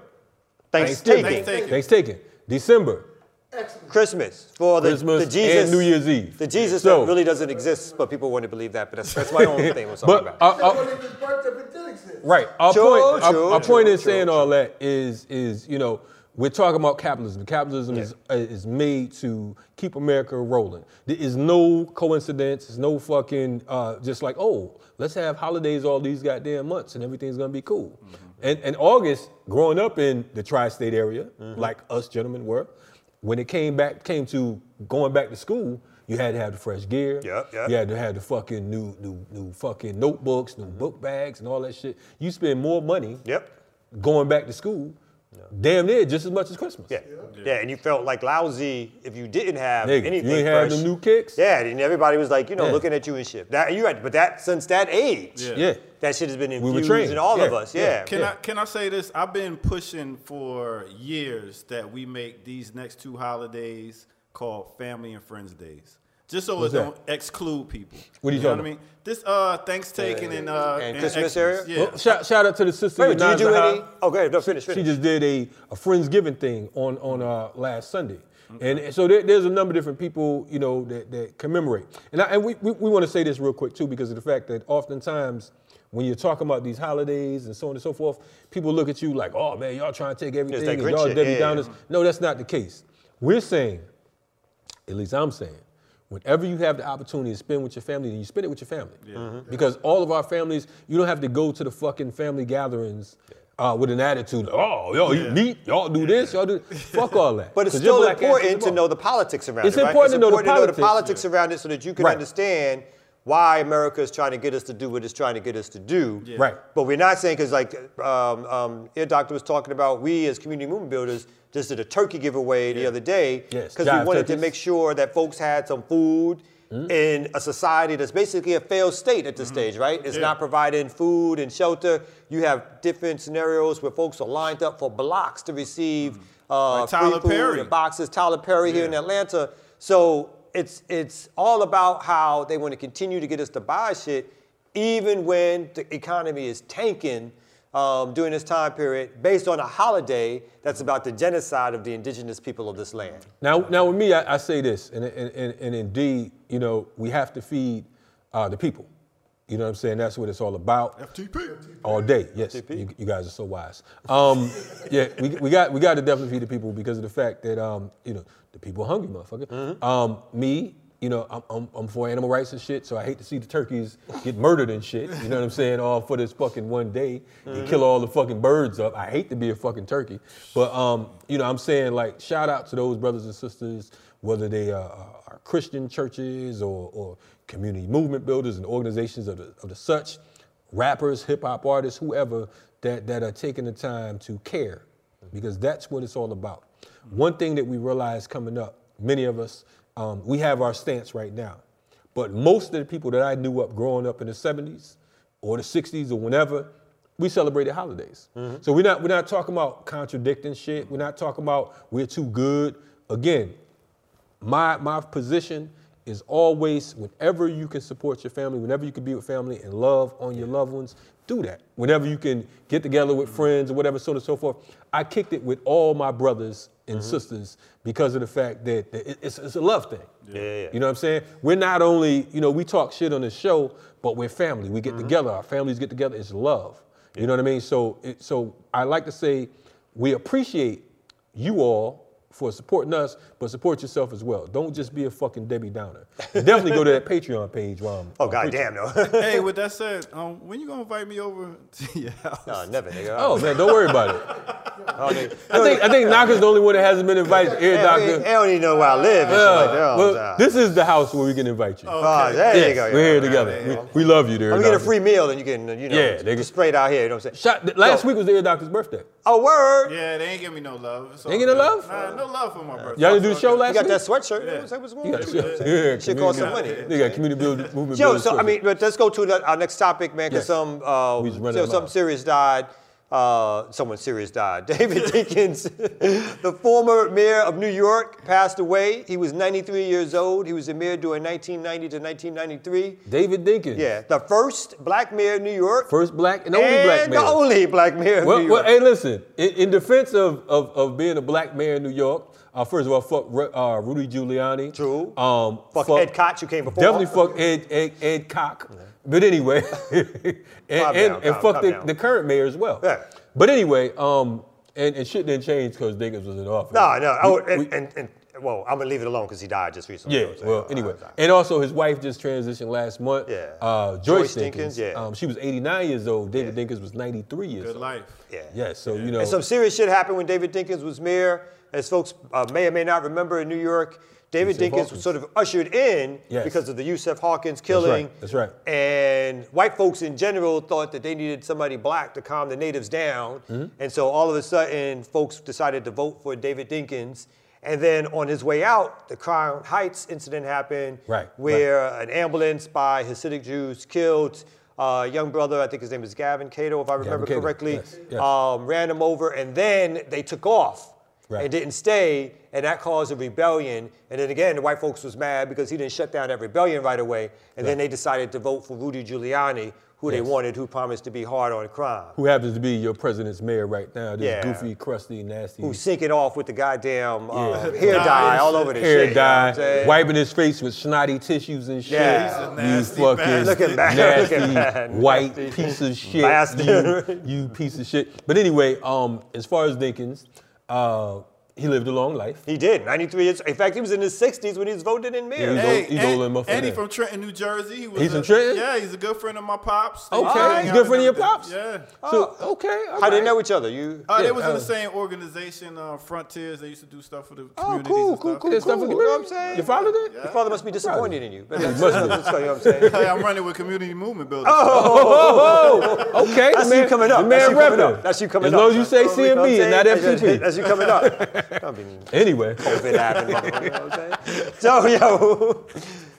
C: Thanksgiving.
A: Thanksgiving.
B: Thanksgiving. December,
D: Excellent.
C: Christmas for the,
B: Christmas
C: the Jesus
B: and New Year's Eve.
C: The Jesus
B: So-
C: that really doesn't exist, but people want to believe that. But that's, that's
B: [laughs]
C: my own thing. What's
B: But
C: about?
B: our-
D: They
B: our-
D: don't even birth if it did exist.
B: Right. Our
C: True,
B: point. our-
C: true,
B: our,
C: true,
B: point in
C: true,
B: saying
C: true.
B: all that is is you know we're talking about capitalism. Capitalism is uh, is made to keep America rolling. There is no coincidence. There's no fucking uh, just like oh let's have holidays all these goddamn months and everything's gonna be cool.
C: Mm-hmm.
B: And and August, growing up in the tri-state area,
C: Mm-hmm.
B: like us gentlemen were, when it came back came to going back to school. You had to have the fresh gear.
C: Yep, yep.
B: You had to have the fucking new, new, new fucking notebooks, new
C: Mm-hmm.
B: book bags, and all that shit. You spend more money
C: Yep.
B: going back to school, damn near just as much as Christmas.
C: Yeah. yeah, and you felt like lousy if you didn't have
B: Nigga,
C: anything.
B: you ain't had
C: fresh.
B: them new kicks.
C: Yeah, and everybody was like, you know,
B: Yeah.
C: looking at you and shit. That you had, but that since that age,
A: Yeah.
B: Yeah.
C: that shit has been
B: were
C: infused
B: trained.
C: in all of
B: Yeah,
C: us.
B: yeah.
C: Yeah,
A: Can I can I say this? I've been pushing for years that we make these next two holidays called Family and Friends Days, just so
B: What's
A: it
B: that?
A: don't exclude people.
B: What are you
A: know
B: talking
A: what I mean? This uh, Thanksgiving and uh,
C: And Christmas
A: Xmas.
C: area?
A: Yeah.
B: Well, Oh, shout, shout out to the sister.
C: Wait, do you do
B: Nazaha.
C: any? Okay, no, finish,
B: She
C: finish.
B: just did a, a Friendsgiving thing on on uh, last Sunday. And so there, there's a number of different people, you know, that, that commemorate. And, I, and we, we, we want to say this real quick, too, because of the fact that oftentimes when you're talking about these holidays and so on and so forth, people look at you like, oh, man, y'all trying to take everything
C: that
B: and
C: Grinch
B: y'all
C: shit,
B: Debbie
C: yeah, yeah.
B: Downers. No, that's not the case. We're saying, at least I'm saying, whenever you have the opportunity to spend with your family, then you spend it with your family. Because all of our families, you don't have to go to the fucking family gatherings uh, with an attitude, oh, y'all eat meat, y'all do this, y'all do Fuck all that.
C: But it's
B: 'Cause your
C: still
B: black ass
C: important
B: is
C: to
B: wrong.
C: know the politics around
B: It's
C: it. right?
B: important to know the
C: politics
B: politics.
C: around it so that you can
B: Right.
C: understand why America is trying to get us to do what it's trying to get us to do.
B: Right.
C: But we're not saying because like um, um, Ear Doctor was talking about, we as community movement builders just did a turkey giveaway the other day
B: Yes,
C: because we
B: jive
C: wanted to
B: turkeys. Mm-hmm.
C: make sure that folks had some food. In a society that's basically a failed state at this stage, right? It's not providing food and shelter. You have different scenarios where folks are lined up for blocks to receive
B: Mm-hmm.
C: uh,
A: Like
C: free
A: Tyler
C: food
A: Perry.
C: and boxes. Tyler Perry here in
A: Yeah.
C: Atlanta. So it's it's all about how they want to continue to get us to buy shit, even when the economy is tanking um, during this time period, based on a holiday that's about the genocide of the indigenous people of this land.
B: Now, now with me, I, I say this, and, and, and, and indeed, you know, we have to feed uh, the people. You know what I'm saying? That's what it's all about.
A: FTP.
B: All day, yes. You, you guys are so wise. Um, [laughs] yeah, we, we got we got to definitely feed the people because of the fact that um, you know the people are hungry, motherfucker. Um, me, You know, I'm, I'm, I'm for animal rights and shit, so I hate to see the turkeys get murdered and shit. You know what I'm saying? All for this fucking one day, you kill all the fucking birds up. I hate to be a fucking turkey, but um, you know, I'm saying like shout out to those brothers and sisters, whether they uh, are, are Christian churches or, or community movement builders and organizations of the, of the such, rappers, hip hop artists, whoever that that are taking the time to care because that's what it's all about. One thing that we realize coming up, many of us, um, we have our stance right now, but most of the people that I knew up growing up in the 70s or the 60s or whenever, we celebrated holidays. So we're not we're not talking about contradicting shit. We're not talking about we're too good. Again, my my position is always whenever you can support your family, whenever you can be with family and love on your loved ones, do that. Whenever you can get together
C: Mm-hmm.
B: with friends or whatever, so on and so forth. I kicked it with all my brothers and
C: Mm-hmm.
B: sisters because of the fact that that it- it's, it's a love thing.
C: yeah, yeah.
B: You know what I'm saying? We're not only, you know, we talk shit on the show, but we're family. We get
C: Mm-hmm.
B: together. Our families get together. It's love. You know what I mean? So, it, so I like to say, we appreciate you all for supporting us, but support yourself as well. Don't just be a fucking Debbie Downer. And definitely go to that Patreon page. While I'm,
C: Oh
B: I'm
C: god
B: preaching.
C: damn [laughs] no.
A: hey, with that said, um, when you gonna invite me
B: [laughs]
A: over to [laughs] your house?
C: no, never nigga.
B: Oh man, don't worry about it.
C: [laughs]
B: [laughs]
C: I don't think-
B: I think I think Knocker's the only one that hasn't been invited. Ear
C: Hell,
B: doctor.
C: we- They don't even know where I live and
B: Yeah.
C: shit like that. all
B: Well,
C: the time.
B: this is the house where we can invite you.
C: Oh, there
B: Yes,
C: you go.
B: we're
C: yeah.
B: here together. We, we love you, there.
C: I'm gonna get a free meal and you can, you know,
B: Yeah,
C: yeah,
B: they get-
C: spray it out here. You know what I'm saying?
B: Shot, last week was the ear doctor's birthday.
C: Oh, word.
A: Yeah, they ain't give me no love. It's all
B: Ain't get no
A: good.
B: love?
A: Nah, no love for my birthday.
B: Y'all didn't do the show
C: You
B: last
C: got
B: week.
C: that sweatshirt. You know what I'm saying?
B: You got
C: What's
B: the
C: going on?
B: show. [laughs] Yeah,
C: Shit costs some
B: community-
C: money.
B: They got community build, movement.
C: Yo,
B: building
C: so I
B: stuff.
C: mean, but let's go to the, our next topic, man, because
B: Yes.
C: some uh,
B: We just running
C: so
B: them
C: something
B: out.
C: serious died. Uh, someone serious
B: [laughs]
C: died. [laughs] David Dinkins, the former mayor of New York, passed away. He was 93 years old. He was the mayor during 1990 to 1993.
B: David Dinkins.
C: Yeah, the first black mayor of New York.
B: First black and only black
C: and
B: man.
C: the only black mayor of
B: well,
C: New York.
B: well, hey, listen. In, in defense of, of of being a black mayor in New York, uh, first of all, fuck Ru- uh, Rudy Giuliani.
C: True.
B: Um,
C: Fuck Ed Koch, who came before.
B: Definitely fuck Ed Ed, Ed Cock. But anyway, [laughs] and,
C: Calm
B: and-
C: down,
B: and
C: calm-
B: fuck
C: calm
B: the,
C: down.
B: the current mayor as well.
C: Yeah.
B: But anyway, um, and, and shit didn't change because Dinkins was in office.
C: No, no. Oh, and,
B: we-
C: and, and well, I'm gonna leave it alone because he died just recently.
B: Yeah,
C: you know what I'm
B: well,
C: saying?
B: anyway.
C: Uh,
B: And also, his wife just transitioned last month.
C: Yeah.
B: Uh, Joyce,
C: Joyce Dinkins,
B: Dinkins.
C: yeah.
B: Um, she was 89 years old. David Dinkins was 93 years
A: Good
B: old.
A: life.
C: Yeah.
B: Yeah, so, you know.
C: And some serious shit happened when David Dinkins was mayor. As folks uh, may or may not remember in New York, David
B: Yusef
C: Dinkins
B: Hawkins.
C: was sort of ushered in
B: Yes.
C: because of the Yusef Hawkins
B: right,
C: killing.
B: that's right.
C: And white folks in general thought that they needed somebody black to calm the natives down.
B: Mm-hmm.
C: And so all of a sudden, folks decided to vote for David Dinkins. And then on his way out, the Crown Heights incident happened,
B: Right, right.
C: where an ambulance by Hasidic Jews killed a young brother, I think his name is Gavin Cato, if I remember
B: Cato,
C: correctly,
B: yes, yes.
C: Um, ran him over, and then they took off
B: Right.
C: and didn't stay, and that caused a rebellion. And then again, the white folks was mad because he didn't shut down that rebellion right away, and then they decided to vote for Rudy Giuliani, who they
B: Yes.
C: wanted, who promised to be hard on crime,
B: who happens to be your president's mayor right now. This
C: Yeah.
B: goofy, crusty, nasty.
C: who's sinking off with the goddamn uh,
B: Yeah.
C: hair dye all over the
B: Hair
C: shit,
B: dye,
C: you know what I'm saying?
B: wiping his face with snotty tissues and shit.
C: Yeah. He's
A: a nasty
B: you fucking
A: bastard.
C: Looking bad,
B: nasty,
C: looking bad,
B: white
C: nasty
B: piece of shit.
C: bastard.
B: You, you piece of shit. But anyway, um, as far as Dinkins, uh, he lived a long life.
C: He did, 93 years. In fact, he was in his 60s when he was voted in
B: Yeah, he
C: mayor.
B: was
A: Hey,
B: old- he's
A: Ed-
B: older than my friend
A: Eddie
B: Ed.
A: from Trenton, New Jersey. He was
B: He's
A: a-
B: from Trenton?
A: Yeah, he's a good friend of my pops. They used to
B: Okay,
A: hang
B: he's
A: out
B: good
A: and
B: friend of your
A: everything.
B: pops.
A: Yeah.
B: So okay, all
C: Oh, How did they
B: right.
C: know each other? You
A: Uh,
B: Yeah,
A: they was in
B: uh,
A: the same organization, uh, Frontiers. They used to do stuff for the
C: Oh,
A: communities
C: cool,
A: and
C: cool,
A: stuff.
C: cool,
B: Did
C: cool.
B: stuff with
C: You know what I'm
B: community?
C: saying?
B: Your father did?
C: Your father must be disappointed in you. He must you know what I'm
A: Hey,
C: saying?
A: I'm running with community movement builders.
B: Oh, oh, okay.
C: [laughs] That's
B: the man,
C: you coming up.
B: The
C: That's
B: man
C: you coming
B: repping.
C: up. That's you coming
B: as
C: up.
B: long as you say
C: That's what we-
B: CMB and not
C: I'm saying. That's
B: FTP.
C: you coming
B: [laughs]
C: up. I mean,
B: Anyway, [laughs]
C: COVID happened. you know what I'm saying? So yo,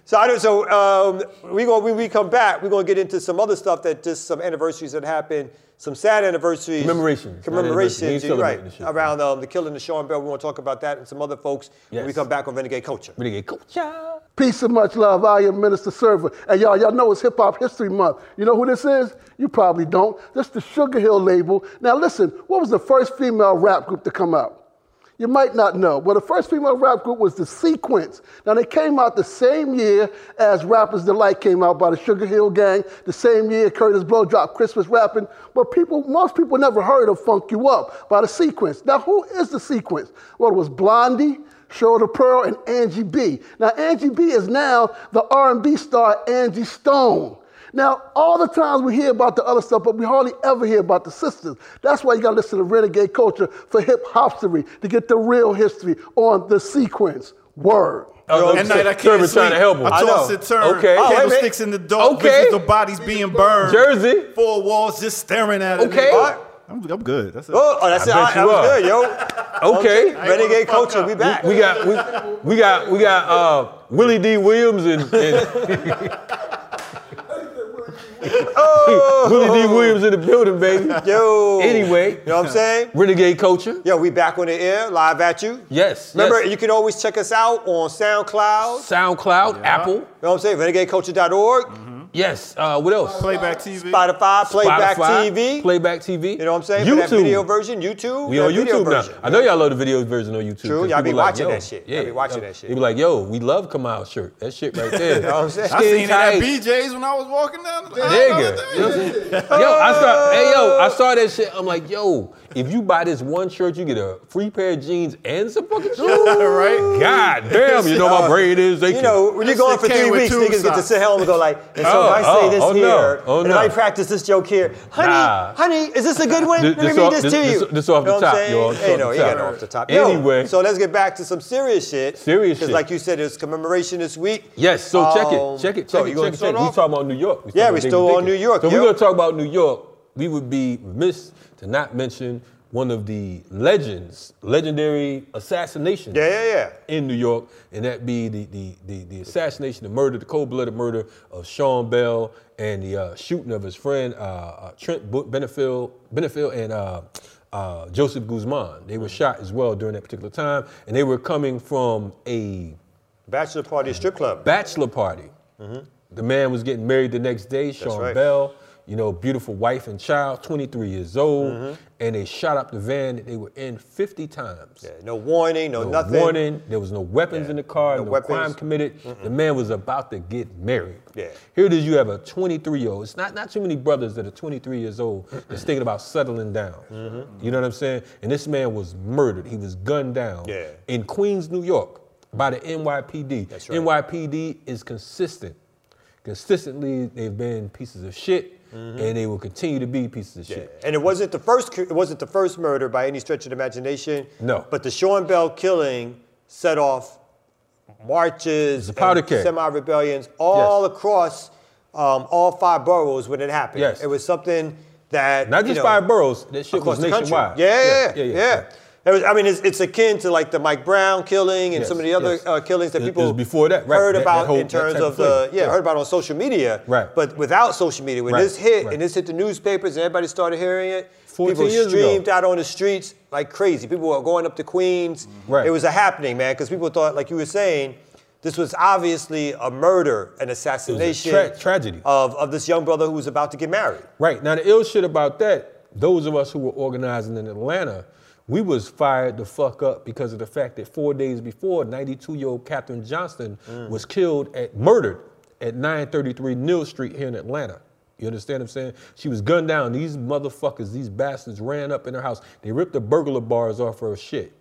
C: so I don't. So um, we going when we come back, we're gonna get into some other stuff that just some anniversaries that happened, some sad anniversaries,
B: Commemorations.
C: commemorations.
B: Not anniversaries. We
C: You're
B: ain't
C: right.
B: celebrating this shit.
C: Around um, the killing of Sean Bell, we want to talk about that and some other folks when we
B: Yes.
C: come back on Renegade Culture.
B: we get coach.
D: Peace and much love. I am Minister Server. And y'all, y'all know it's Hip Hop History Month. You know who this is? You probably don't. This is the Sugar Hill label. Now listen, what was the first female rap group to come out? You might not know. Well, the first female rap group was The Sequence. Now, they came out the same year as Rappers Delight came out by the Sugar Hill Gang, the same year Curtis Blow dropped Christmas Rapping. But people, most people never heard of Funk You Up by The Sequence. Now, who is The Sequence? Well, it was Blondie, Shirley Pearl, and Angie B. Now, Angie B is now the R&B star Angie Stone. Now, all the times we hear about the other stuff, but we hardly ever hear about the sisters. That's why you gotta listen to Renegade Culture for hip hopstery to get the real history on the sequence. Word.
B: Oh,
A: At night I can't
B: Servant
A: sleep.
B: trying to help him.
A: I
B: I know.
A: toss and turn.
B: Okay. Oh, wait a minute.
A: Candlesticks in the dark.
B: Okay.
A: Visions of bodies being burned.
B: Jersey.
A: Four walls just staring at it.
B: Okay.
A: All right. I'm, I'm good. That's it.
C: Oh, oh, that's it.
B: bet
C: All right,
B: you
C: that was
B: are.
C: good, yo.
B: Okay.
C: Renegade culture, we back.
B: We got we, we got we got uh, Willie D.
A: [laughs]
B: Williams and, [laughs] and
A: Oh.
B: Willie D. Williams in the building, baby.
A: [laughs]
C: yo.
B: Anyway.
C: you know what
B: [laughs]
C: I'm saying?
B: Renegade culture.
C: Yo, we back on the air, live at you.
B: Yes.
C: Remember,
B: yes.
C: you can always check us out on SoundCloud.
B: SoundCloud, Apple.
C: You know what I'm saying? RenegadeCulture.org,
B: Yes. Uh, what else?
A: Playback TV.
C: Spotify, Playback
B: Spotify,
C: TV.
B: Playback TV.
C: you know what I'm saying? For
B: YouTube.
C: that video version, YouTube.
B: We
C: that
B: on
C: video
B: YouTube now.
C: version.
B: I know y'all love the video version on YouTube.
C: True,
B: 'cause
C: y'all be
B: people like,
C: watching
B: yo,
C: that shit. Y'all be watching that shit.
B: They be like, yo, we love Kamal's shirt. That shit right
C: [laughs]
B: there.
C: know what I'm saying?
A: I
B: Skin
A: seen it at
B: tight.
A: BJ's when I was walking down the aisle the
B: Nigga.
A: other day.
B: You know what I'm saying? Yo, I saw hey yo, I saw that shit. I'm like, yo, if you buy this one shirt, you get a free pair of jeans and some
C: [laughs]
B: fucking shoes.
A: Right.
B: God damn, you know my brain is they
C: You know, when you're
A: That
C: going
A: shit
C: for
A: came
C: three
A: with
C: weeks,
A: two
C: niggas get to
A: socks.
C: sit home and
B: [laughs]
C: go like, and so
B: Oh,
C: if I say
B: oh,
C: this
B: oh, no,
C: here,
B: oh,
C: and if I
B: no.
C: practice this joke here, honey,
B: Nah.
C: honey, is this a good one?
B: This-
C: Let me
B: this
C: read
B: off-
C: this,
B: this-
C: to you.
B: this- this off the
C: You know what I'm
B: top,
C: saying?
B: y'all. This
C: Hey,
B: off
C: no,
B: the
C: you got
B: top.
C: off the top.
B: Anyway.
C: Yo, so let's get back to some serious shit.
B: Serious shit.
C: Because like you said, it's commemoration this week.
B: Yes, so check
C: Um,
B: it, check it,
C: so
B: check
C: you
B: it,
C: gonna
B: check it.
C: start
B: Check it. We
C: off?
B: talking about New York.
C: Yeah,
B: talking
C: we
B: about
C: still
B: David
C: on
B: Dickens.
C: New York,
B: So if
C: yo.
B: we're gonna talk about New York. We would be remiss to not mention one of the legends, legendary assassinations.
C: Yeah, yeah, yeah.
B: in New York, and that be the the the, the assassination, the murder, the cold-blooded murder of Sean Bell, and the uh, shooting of his friend uh, uh, Trent Bu- Benefield, Benefield, and uh, uh, Joseph Guzman. They
C: Mm.
B: were shot as well during that particular time, and they were coming from a
C: Bachelor party, strip club.
B: bachelor party. The man was getting married the next day, Sean
C: right.
B: Bell, you know, beautiful wife and child, 23 years old, and they shot up the van that they were in 50 times.
C: Yeah, no warning, no,
B: No
C: nothing.
B: warning. There was no weapons in the car.
C: No
B: No,
C: weapons.
B: crime committed. The man was about to get married.
C: Yeah.
B: Here it is. You have a 23 year old. It's not not too many brothers that are 23 years old that's thinking about settling down.
C: Mm-hmm.
B: You know what I'm saying? And this man was murdered. He was gunned down
C: Yeah.
B: in Queens, New York, by the NYPD.
C: That's right.
B: NYPD is consistent. Consistently, they've been pieces of shit, and they will continue to be pieces of
C: Mm-hmm. Yeah.
B: shit.
C: And it wasn't the first. It wasn't the first murder by any stretch of the imagination.
B: No.
C: But the Sean Bell killing set off marches,
B: a powder
C: and
B: keg.
C: semi-rebellions all across um, all five boroughs when it happened.
B: Yes.
C: It was something that
B: Not
C: you
B: just
C: know,
B: five boroughs. That shit
C: across
B: was
C: the country.
B: nationwide.
C: Yeah, yeah, yeah. It was, I mean, it's, it's akin to like the Mike Brown killing and
B: Yes,
C: some of the other
B: yes.
C: uh, killings that
B: It- it
C: people
B: was before that, right,
C: heard
B: that- that
C: about
B: whole-
C: in
B: that
C: terms
B: type
C: of
B: of
C: the
B: flavor.
C: yeah,
B: Yeah.
C: heard about on social media.
B: Right.
C: But without social media, when
B: Right,
C: this hit
B: right.
C: and this hit the newspapers and everybody started hearing it,
B: 14
C: people
B: years ago.
C: streamed out on the streets like crazy. People were going up to Queens.
B: Right.
C: It was a happening, man, because people thought, like you were saying. This was obviously a murder, an assassination,
B: tragedy.
C: of, of this young brother who was about to get married.
B: Right. Now the ill shit about that, those of us who were organizing in Atlanta, we was fired the fuck up because of the fact that four days before, 92-year-old Katherine Johnston was killed at murdered at 933 Neal Street here in Atlanta. You understand what I'm saying? She was gunned down. These motherfuckers, these bastards ran up in her house. They ripped the burglar bars off her shit.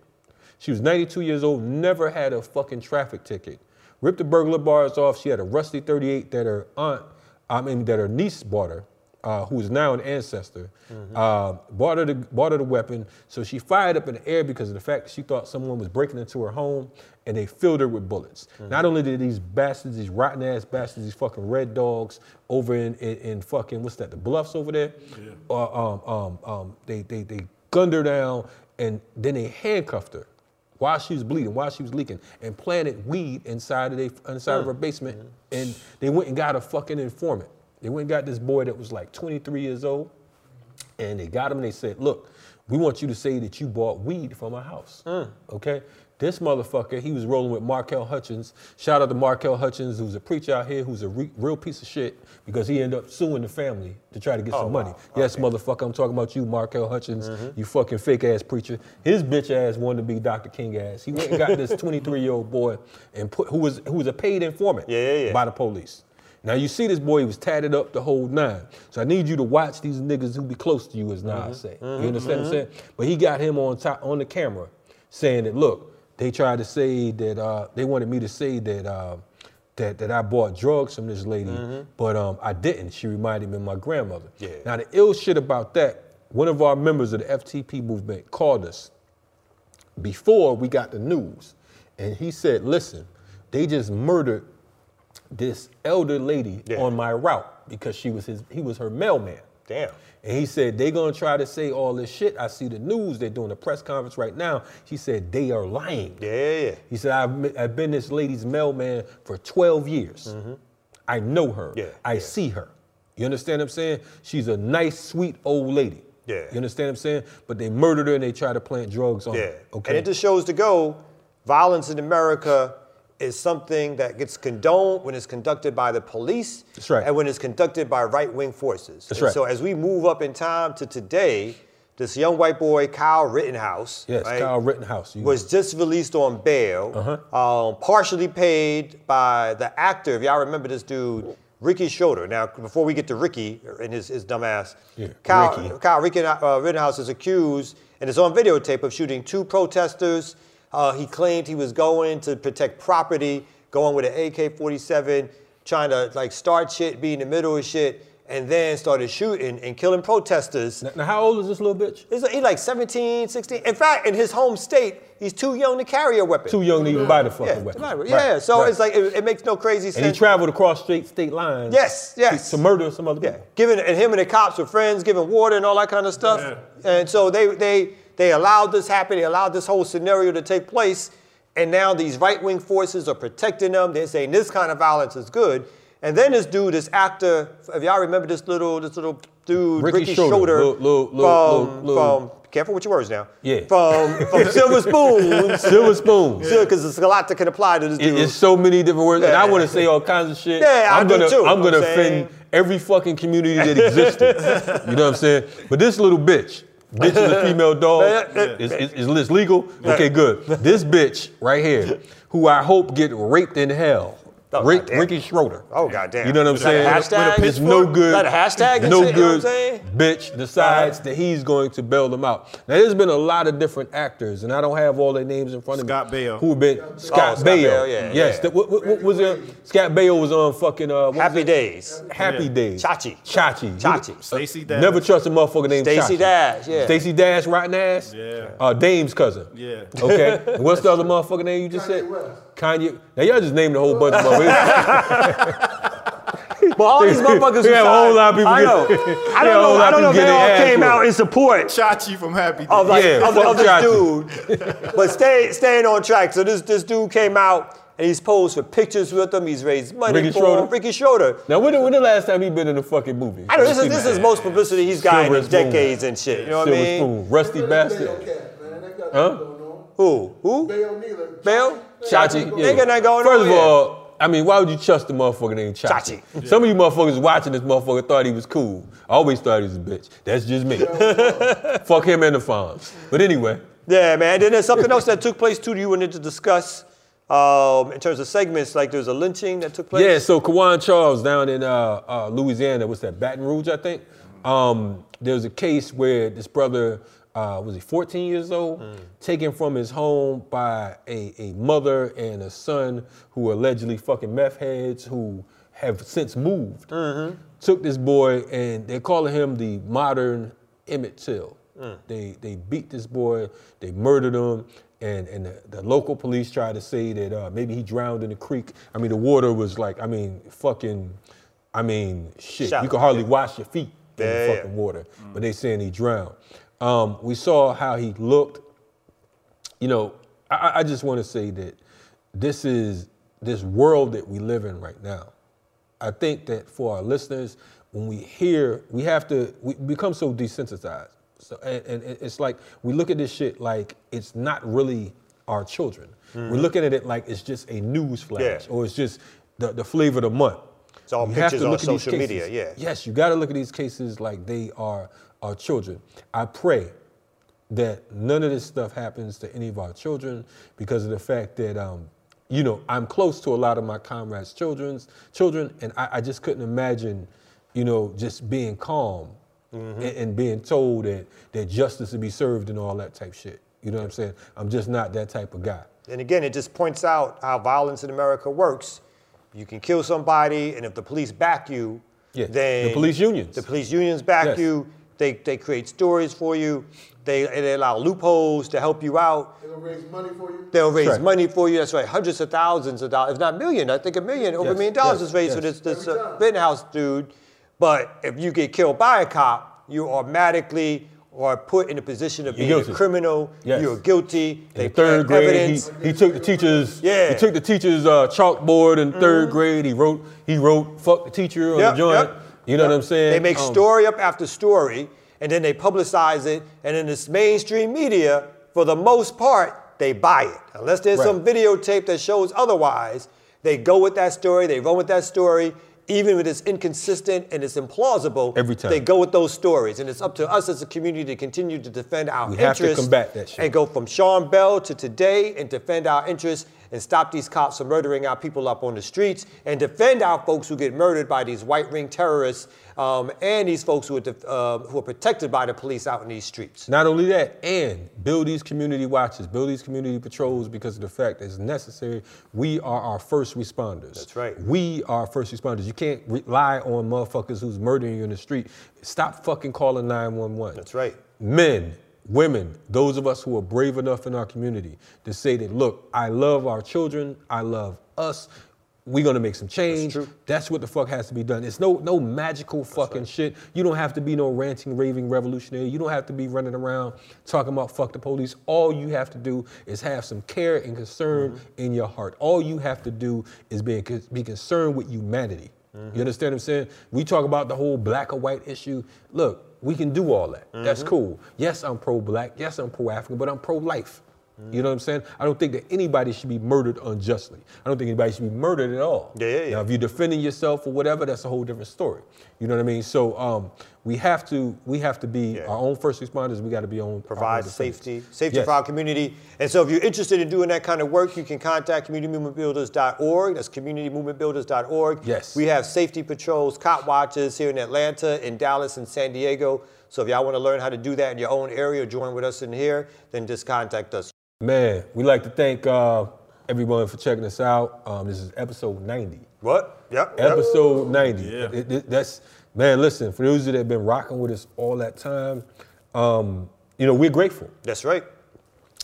B: She was 92 years old, never had a fucking traffic ticket. Ripped the burglar bars off. She had a rusty 38 that her aunt, I mean, that her niece bought her, uh, who is now an ancestor, uh, bought, her the, bought her the weapon. So she fired up in the air because of the fact that she thought someone was breaking into her home and they filled her with bullets. Not only did these bastards, these rotten ass bastards, these fucking red dogs over in, in, in fucking, what's that, the bluffs over there? Uh, um, um, um, they, they, they gunned her down and then they handcuffed her while she was bleeding, while she was leaking, and planted weed inside of they, inside of her basement. And they went and got a fucking informant. They went and got this boy that was like 23 years old, and they got him. And they said, "Look, we want you to say that you bought weed from our house."
C: Mm.
B: Okay. This motherfucker, he was rolling with Markel Hutchins. Shout out to Markel Hutchins, who's a preacher out here, who's a re- real piece of shit because he ended up suing the family to try to
C: Oh,
B: get some money. Yes, motherfucker, I'm talking about you, Markel Hutchins,
C: Mm-hmm.
B: you fucking fake ass preacher. His bitch ass wanted to be Dr. King ass. He went and got
C: [laughs]
B: this 23 year old boy and put who was who was a paid informant
C: Yeah, yeah, yeah.
B: by the police. Now you see this boy, he was tatted up the whole nine. So I need you to watch these niggas who be close to you, as Nas say. You understand what I'm saying? But he got him on top on the camera saying that, look, They tried to say that uh, they wanted me to say that uh, that that I bought drugs from this lady, but um, I didn't. She reminded me of my grandmother.
C: Yeah.
B: Now the ill shit about that, one of our members of the FTP movement called us before we got the news, and he said, "Listen, they just murdered this elder lady
C: Yeah.
B: on my route because she was his he was her mailman."
C: Damn.
B: And he said, they gonna try to say all this shit. I see the news, they're doing a press conference right now. She said, they are lying.
C: Yeah, yeah, yeah.
B: He said, I've, m- I've been this lady's mailman for 12 years. I know her.
C: Mm-hmm. Yeah,
B: I
C: yeah.
B: see her. You understand what I'm saying? She's a nice, sweet old lady.
C: Yeah.
B: You understand what I'm saying? But they murdered her and they tried to plant drugs on
C: Yeah.
B: her.
C: And it just shows to go, violence in America is something that gets condoned when it's conducted by the police
B: That's right.
C: and when it's conducted by right wing forces.
B: That's
C: And
B: right.
C: So as we move up in time to today, this young white boy, Kyle Rittenhouse,
B: Yes,
C: right,
B: Kyle Rittenhouse. You- Uh-huh.
C: was just released on bail, um, partially paid by the actor. If y'all remember this dude, Ricky Schroeder. Now, before we get to Ricky and his, his dumbass,
B: Yeah,
C: Kyle,
B: Ricky.
C: Kyle Ricky, uh, Rittenhouse is accused, and it's on videotape, of shooting two protesters. Uh, he claimed he was going to protect property, going with an AK-47, trying to like start shit, be in the middle of shit, and then started shooting and killing protesters.
B: now, how old is this little bitch?
C: He's like, he like 17, 16. In fact, in his home state, he's too young to carry a weapon.
B: Too young to even buy the fucking
C: yeah,
B: weapon.
C: right,
B: Right,
C: yeah. so
B: right.
C: it's like it, it makes no crazy sense.
B: And he traveled across state state lines.
C: Yes,
B: to-
C: yes.
B: To, murder some other
C: yeah,
B: people.
C: giving and him and the cops were friends, giving water and all that kind of stuff. And so they they they allowed this happen. They allowed this whole scenario to take place. And now these right wing forces are protecting them. They're saying this kind of violence is good. And then this dude, this actor, if y'all remember this little this little dude,
B: Ricky
C: Ricky,
B: Schroeder,
C: Schroeder,
B: little- little-
C: from,
B: little- little-
C: from careful with your words now.
B: Yeah.
C: From
B: [laughs]
C: from Silver Spoons. [laughs]
B: Silver spoon.
C: Because it's a lot that can apply to this
B: It-
C: dude.
B: it's so many different words, and I
C: Yeah.
B: want to say all kinds of shit.
C: Yeah, I
B: am
C: do
B: gonna,
C: too,
B: I'm
C: I'm
B: gonna
C: saying.
B: offend every fucking community that existed.
C: [laughs]
B: you know what I'm saying? But this little bitch, bitch is a female dog.
C: Yeah.
B: Is, is, is this legal? Okay, good. This bitch right here, who I hope get raped in hell.
C: Oh,
B: Rick-
C: goddamn.
B: Ricky Schroeder.
C: Oh, goddamn.
B: You know what I'm
C: Is that a
B: saying?
C: hashtag? With a
B: It's no
C: pitchfork?
B: good.
C: Is that a hashtag and
B: No
C: shit, you know what I'm
B: good.
C: saying?
B: bitch decides
C: Uh-huh.
B: that he's going to bail them out. Now there's been a lot of different actors, and I don't have all their names in front of
A: Scott
B: me.
A: Baio.
B: Who've been
C: Oh,
B: Oh, Scott
C: Scott
B: Baio.
C: Baio, yeah,
B: yes.
C: yeah.
B: that- what, what- what was it? Scott Baio was on fucking uh, what was
C: Happy
B: it?
C: days.
B: Happy Days.
C: Chachi.
B: Chachi.
C: Chachi.
B: You-
A: Stacey Dash.
B: Never trust a motherfucker named
C: Stacey
B: Chachi.
C: Dash, yeah.
B: Stacey Dash, rotten ass.
A: Yeah.
B: Uh, Dame's cousin.
A: Yeah. [laughs]
B: Okay. And what's the other motherfucker name you just said? Kanye. Now y'all just named a whole bunch of motherfuckers.
C: [laughs] But
B: [laughs]
C: all these motherfuckers
B: We have a
C: who
B: whole
C: signed-
B: lot of people
C: I know.
B: get- [laughs]
C: I
B: Yeah, a
C: don't
B: whole
C: know.
B: lot
C: I
B: of
C: don't know
B: people
C: if they
B: get
C: all
B: their ass
C: came
B: whooped.
C: out in support
A: Chachi from Happy Days.
C: of like
B: Yeah,
C: of, of
B: fuck
C: this
B: Chachi.
C: dude. but stay, staying on track. So this this dude came out and he's posed for pictures with them. He's raised money
B: Ricky
C: for
B: Schroeder?
C: him. Ricky Schroeder.
B: now when, the- when the last time he been in a fucking movie?
C: I know this is this is most publicity he's gotten in
B: Silver spoon.
C: decades and shit. You know what I
B: Silver
C: mean?
B: spoon, rusty bastard. Huh?
C: Who? Who?
D: Bale Nealer.
C: Bale?
B: Chachi.
C: They got that going
B: First
C: on.
B: of all, I mean, why would you trust the motherfucker named Chachi?
C: Chachi.
B: Some of you motherfuckers watching this motherfucker thought he was cool. I always thought he was a bitch. That's just me. [laughs] Fuck him and the farms. But anyway,
C: Yeah, man. And then there's something else that took place too. that You wanted to discuss um, in terms of segments. Like there's a lynching that took place.
B: yeah. So Kawan Charles down in uh, uh, Louisiana, what's that? Baton Rouge, I think. Um, there was a case where this brother uh, was he 14 years old, taken from his home by a, a mother and a son who were allegedly fucking meth heads who have since moved. Took this boy and they're calling him the modern Emmett Till.
C: Mm.
B: They they beat this boy, they murdered him, and and the, the local police tried to say that uh, maybe he drowned in the creek. I mean, the water was like, I mean, fucking, I mean, shit.
C: Shallow,
B: you could hardly wash your feet in
C: Yeah,
B: the
C: yeah. Mm.
B: fucking water. But they saying he drowned. Um, we saw how he looked you know, I- I, I just want to say that this is this world that we live in right now. I think that for our listeners, when we hear, we have to we become so desensitized. So and, and it- it's like we look at this shit like it's not really our children. We're looking at it like it's just a news flash
C: Yeah.
B: or it's just the, the flavor of the month.
C: It's all
B: You have to
C: pictures on
B: look at these
C: social media,
B: cases.
C: yeah.
B: Yes, you got to look at these cases like they are our children. I pray that none of this stuff happens to any of our children because of the fact that um, you know I'm close to a lot of my comrades' children's children, and I, I just couldn't imagine, you know, just being calm
C: Mm-hmm.
B: and, and being told that that justice would be served and all that type shit. You know what I'm saying? I'm just not that type of guy.
C: And again, it just points out how violence in America works. You can kill somebody, and if the police back you,
B: Yeah, the
C: then
B: police unions.
C: the police unions back
B: Yes.
C: you. They, they create stories for you. They, they allow loopholes to help you out.
D: They'll raise money for you.
C: They'll raise
B: right.
C: money for you. That's right, hundreds of thousands of dollars, if not million. I think a million, over a
B: Yes,
C: million dollars
B: yes,
C: is raised
B: yes.
C: for this this
D: Every
C: uh,
D: time.
C: Rittenhouse dude. But if you get killed by a cop, you automatically are put in a position of
B: You're
C: being
B: guilty.
C: a criminal.
B: Yes.
C: You're guilty.
B: In
C: They
B: third
C: plant
B: grade,
C: evidence.
B: he, he took the teacher's
C: Yeah. Mm-hmm.
B: he took the teacher's uh, chalkboard in third grade. He wrote he wrote fuck the teacher on
C: Yep,
B: the joint.
C: yep.
B: You know what I'm saying?
C: They make
B: Um,
C: story up after story, and then they publicize it, and in this mainstream media, for the most part, they buy it. Unless there's
B: Right.
C: some videotape that shows otherwise, they go with that story, they run with that story, even if it's inconsistent and it's implausible.
B: Every time.
C: They go with those stories, and it's up to us as a community to continue to defend our
B: We have
C: interests.
B: to combat that shit.
C: And go from Sean Bell to today and defend our interests and stop these cops from murdering our people up on the streets and defend our folks who get murdered by these white ring terrorists um, and these folks who are, def- um, who are protected by the police out in these streets.
B: Not only that, and build these community watches, build these community patrols because of the fact that it's necessary. We are our first responders.
C: That's right.
B: We are first responders. You can't rely on motherfuckers who's murdering you in the street. Stop fucking calling 911.
C: That's right.
B: men, women, those of us who are brave enough in our community to say that, look, I love our children, I love us. We're gonna make some change.
C: true.
B: That's what the fuck has to be done. It's no no magical fucking shit. You don't have to be no ranting, raving revolutionary. You don't have to be running around talking about fuck the police. All you have to do is have some care and concern in your heart. All you have to do is be, be concerned with humanity. You understand what I'm saying? We talk about the whole black or white issue. Look, we can do all that. That's
C: Mm-hmm.
B: cool. Yes, I'm pro black. Yes, I'm pro African, but I'm pro life. You know what I'm saying? I don't think that anybody should be murdered unjustly. I don't think anybody should be murdered at all.
C: Yeah, yeah, yeah.
B: Now, if you're defending yourself or whatever, that's a whole different story. You know what I mean? So um, we have to we have to be
C: Yeah.
B: our own first responders. We got to be on
C: Provide safety, safety
B: Yes.
C: for our community. And so if you're interested in doing that kind of work, you can contact communitymovementbuilders.org. That's communitymovementbuilders.org.
B: Yes.
C: We have safety patrols, cop watches here in Atlanta, in Dallas, and San Diego. So if y'all want to learn how to do that in your own area, join with us in here, then just contact us.
B: Man, we like to thank uh, everyone for checking us out. Um, this is episode 90.
C: What? Yep. yep.
B: Episode 90. It- it- that's man. Listen, for those of you that have been rocking with us all that time, um, you know we're grateful.
C: That's right.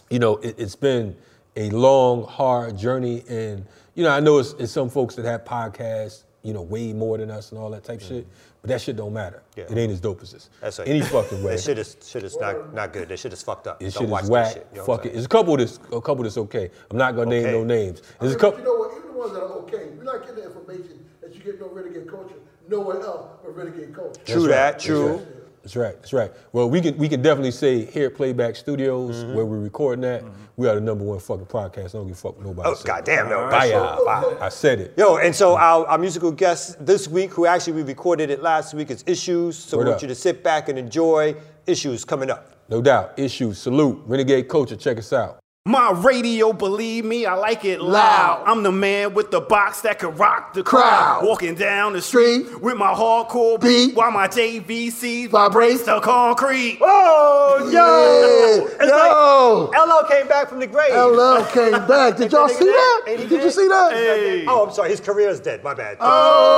B: you know, it, it's been a long, hard journey. And, you know, I know it's, it's some folks that have podcasts, you know, way more than us and all that type shit, but that shit don't matter.
C: Mm-hmm. Yeah.
B: It ain't as dope as this.
C: That's right.
B: Any fucking way.
C: [laughs] That shit is shit is not not good. That shit is fucked up.
B: This
C: Don't
B: shit
C: watch
B: is whack.
C: that shit. You know what
B: Fuck
C: I'm
B: it. There's a couple that's a couple that's okay. I'm not gonna name
C: Okay.
B: no names. There's a
D: But you
B: couple.
D: know what? Even the ones that are okay, we not getting the information that you get no renegade culture nowhere else but renegade culture.
C: True
B: That's
C: that.
B: right.
C: True.
B: That's right. That's right. Well, we can we can definitely say here at Playback Studios
C: Mm-hmm.
B: where we're recording that we are the number one fucking podcast. I don't give a fuck what nobody.
C: Oh
B: says.
C: goddamn no.
B: Bye.
C: Bye.
B: y'all. I said it.
C: Yo, and so our, our musical guest this week, who actually we recorded it last week, is Issues. So
B: Word
C: we want
B: up.
C: you to sit back and enjoy Issues coming up.
B: No doubt. Issue. Salute. Renegade Culture. Check us out.
F: My radio, believe me, I like it loud.
D: Loud.
F: I'm the man with the box that can rock the crowd.
D: Crowd.
F: Walking down the street
D: Street.
F: with my hardcore beat,
D: Beat.
F: while my JVC
D: Vibrates.
F: the concrete.
C: Oh
D: yo! Yeah, It's yo! like
C: LL came back from the grave.
D: LL came
C: [laughs]
D: back. Did y'all see that? Did you see that?
C: Oh, I'm sorry. His career is dead. My bad.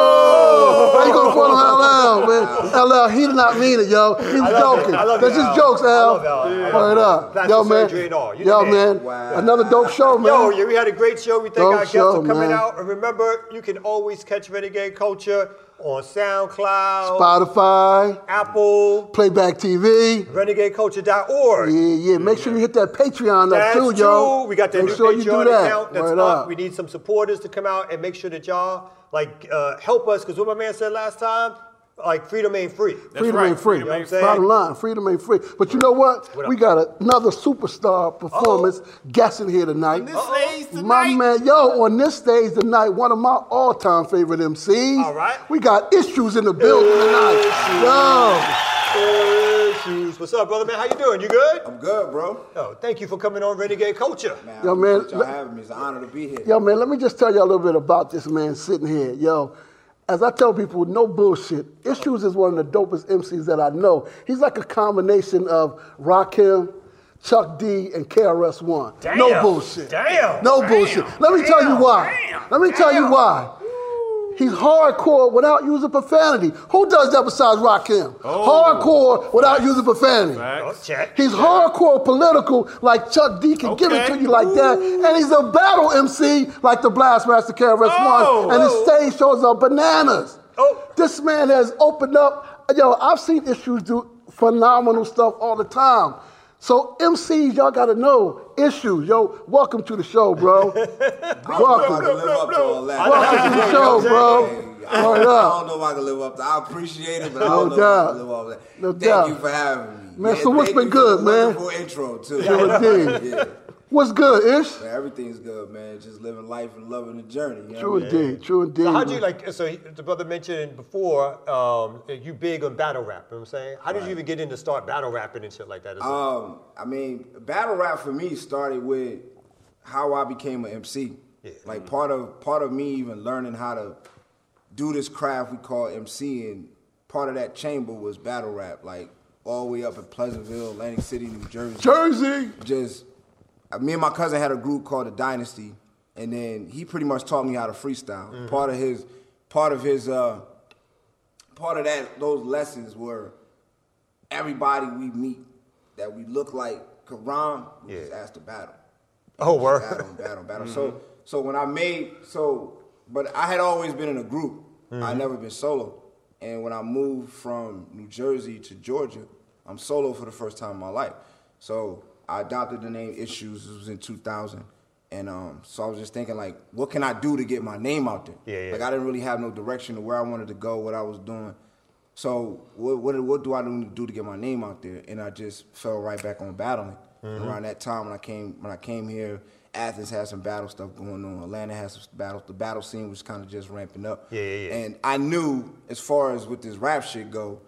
D: Oh! Why you gonna call him LL, man? LL, he did not mean it, yo. He was
C: I love
D: joking.
C: it. I love
D: That's
C: it,
D: just
C: Al.
D: jokes,
C: I
D: Al.
C: love Al. I love
D: Word
C: it.
D: up.
C: Plastic
D: yo,
C: surgery
D: man.
C: and all. You
D: Yo,
C: the man.
D: man. Another dope show, man.
C: Yo, yeah, we had a great show. We thank
D: Dope
C: our guests
D: show,
C: for coming
D: man.
C: out. And remember, you can always catch Renegade Culture on SoundCloud,
D: Spotify,
C: Apple,
D: Playback TV.
C: RenegadeCulture.org.
D: Yeah, yeah. Make sure you hit that Patreon up
C: That's
D: too, yo.
C: true. We got that
D: Make
C: new
D: sure you do
C: Patreon
D: that.
C: account that's
D: Word
C: up.
D: up.
C: We need some supporters to come out and make sure that y'all like uh, help us because what my man said last time, like freedom ain't free.
D: Freedom
A: right.
D: ain't free.
C: Freedom ain't free.
D: Bottom line, freedom ain't free. But you know what?
C: What up? Oh.
D: We got another superstar performance guest in here tonight.
F: This stage
D: My
F: tonight.
D: man, yo, on this stage tonight, one of my all-time favorite MCs.
C: All right.
D: We got issues in the building tonight.
C: Issues. What's up, brother man? How you doing? You good?
G: I'm good, bro.
C: Yo, thank you for coming on Renegade Culture.
G: Man,
D: Yo,
G: I
D: man,
G: appreciate y'all
D: let-
G: having me. It's an honor to be here.
D: Yo. Yo, man, let me just tell you a little bit about this man sitting here. Yo, as I tell people, no bullshit. Issues is one of the dopest MCs that I know. He's like a combination of Rakim, Chuck D and KRS One. No
G: Damn.
D: bullshit.
G: Damn.
D: No
G: Damn.
D: bullshit. Let me tell you
G: Damn.
D: why.
G: Damn.
D: Let me tell you
G: Damn.
D: why. He's hardcore without using profanity. Who does that besides Rakim? Hardcore without using profanity.
G: Oh, check.
D: He's hardcore political, like Chuck D can give it
A: Okay.
D: to you like that. And he's a battle MC, like the Blastmaster KRS1.
A: Oh.
D: and his stage shows are bananas.
C: Oh.
D: This man has opened up. Yo, I've seen issues do phenomenal stuff all the time. So MCs, y'all gotta know issues. Yo, welcome to the show, bro.
H: I
D: welcome.
H: can live up to all that.
D: Welcome to the show, bro.
H: I,
D: Word
H: I
D: up.
H: don't know if I can live up to. I appreciate it, but I
D: No
H: don't know if I
D: doubt.
H: can live up to that.
D: No
H: Thank
D: doubt.
H: you for having me.
D: Man,
H: Yeah,
D: so what's
H: thank
D: been
H: you
D: good,
H: for the
D: man?
H: Wonderful intro too.
D: Sure did.
H: Yeah,
D: What's good, Ish?
H: man, everything's good, man. Just living life and loving the journey. You know
D: True
H: what I mean?
D: indeed, true indeed.
C: So how do you
D: man.
C: like? So he- the brother mentioned before um, that you big on battle rap. You know what I'm saying? How did you even get in to start battle rapping and shit like that? Is
G: Uh,
C: it-
H: Um, I mean, battle rap for me started with how I became an MC.
C: Yeah.
H: Like part of part of me even learning how to do this craft we call MC, and part of that chamber was battle rap. Like all the way up in Pleasantville, Atlantic City, New Jersey.
D: Jersey.
H: Just uh, me and my cousin had a group called the Dynasty, and then he pretty much taught me how to freestyle. Part of his part of his uh, part of that those lessons were everybody we meet that we look like could rhyme, we just ask to battle.
C: oh, word.
H: Battle, battle, battle. So so when I made so but I had always been in a group. I
C: Mm-hmm.
H: never been solo. And when I moved from New Jersey to Georgia, I'm solo for the first time in my life. So I adopted the name Issues. This was in 2000. And um, so I was just thinking, like, what can I do to get my name out there?
C: Yeah, yeah.
H: Like, I didn't really have no direction to where I wanted to go, what I was doing. So what what what do I need to do to get my name out there? And I just fell right back on battling.
C: Mm-hmm.
H: And Around that time when I came when I came here, Athens had some battle stuff going on. Atlanta had some battle. The battle scene was kind of just ramping up.
C: Yeah, yeah, yeah.
H: And I knew as far as with this rap shit go,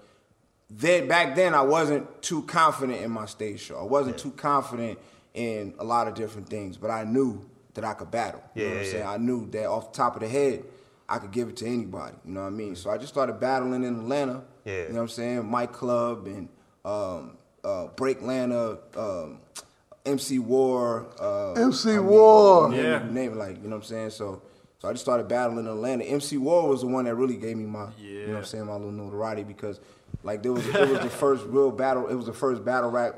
H: then back then I wasn't too confident in my stage show. I wasn't too confident in a lot of different things, but I knew that I could battle. You know
C: Yeah,
H: what I'm
C: yeah,
H: saying?
C: yeah.
H: I knew that off the top of the head, I could give it to anybody. You know what I mean? So I just started battling in Atlanta.
C: Yeah.
H: You know what I'm saying? Mike Club and um, uh, Break Atlanta, um, MC War. Uh,
D: MC War.
H: Name,
A: Yeah.
H: name it like, you know what I'm saying? So so I just started battling in Atlanta. MC War was the one that really gave me my, you know what I'm
A: Yeah.
H: saying, my little notoriety because like there was it was the first real battle, it was the first battle rap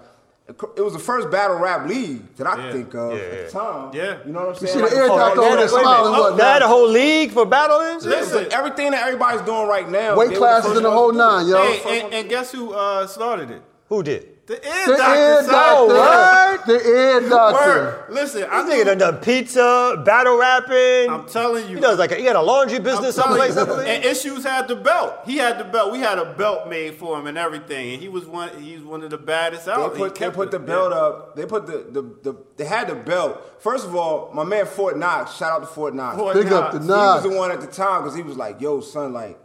H: it was the first battle rap league that I could
A: Yeah.
H: think of
C: Yeah,
H: at
C: yeah.
H: the time.
A: Yeah.
H: You know what I'm saying?
D: See the
H: Like,
D: air
H: oh,
D: out there
C: Wait a
D: smiling
C: minute.
D: what
C: They had
D: now?
C: a whole league for battling.
A: Listen,
H: Listen, everything that everybody's doing right now.
D: Weight
H: they were
D: classes
H: first
D: in the
H: ones
D: whole
H: to do it.
D: nine, yo.
A: Hey, and, and guess who uh, started it?
C: Who did?
A: The Ed
D: The
A: Doctor.
D: ear
A: son.
D: doctor. The ear doctor.
A: Word. Listen,
C: I
A: I
C: think he done
A: knew,
C: done pizza, battle rapping.
A: I'm telling you.
C: He does like a, he had a laundry business
A: I'm telling
C: someplace. I
A: you,
C: believe.
A: and issues had the belt. He had the belt. We had a belt made for him and everything. And he was one. He's one of the baddest out.
H: They
A: He
H: put, they
A: kept
H: put
A: it.
H: the belt up. They put the, the, the they had the belt. First of all, my man Fort Knox, shout out to Fort Knox.
A: Fort
D: Big
A: Knox.
D: up the
H: he was
D: nine.
H: the one at the time because he was like, "Yo, son, like,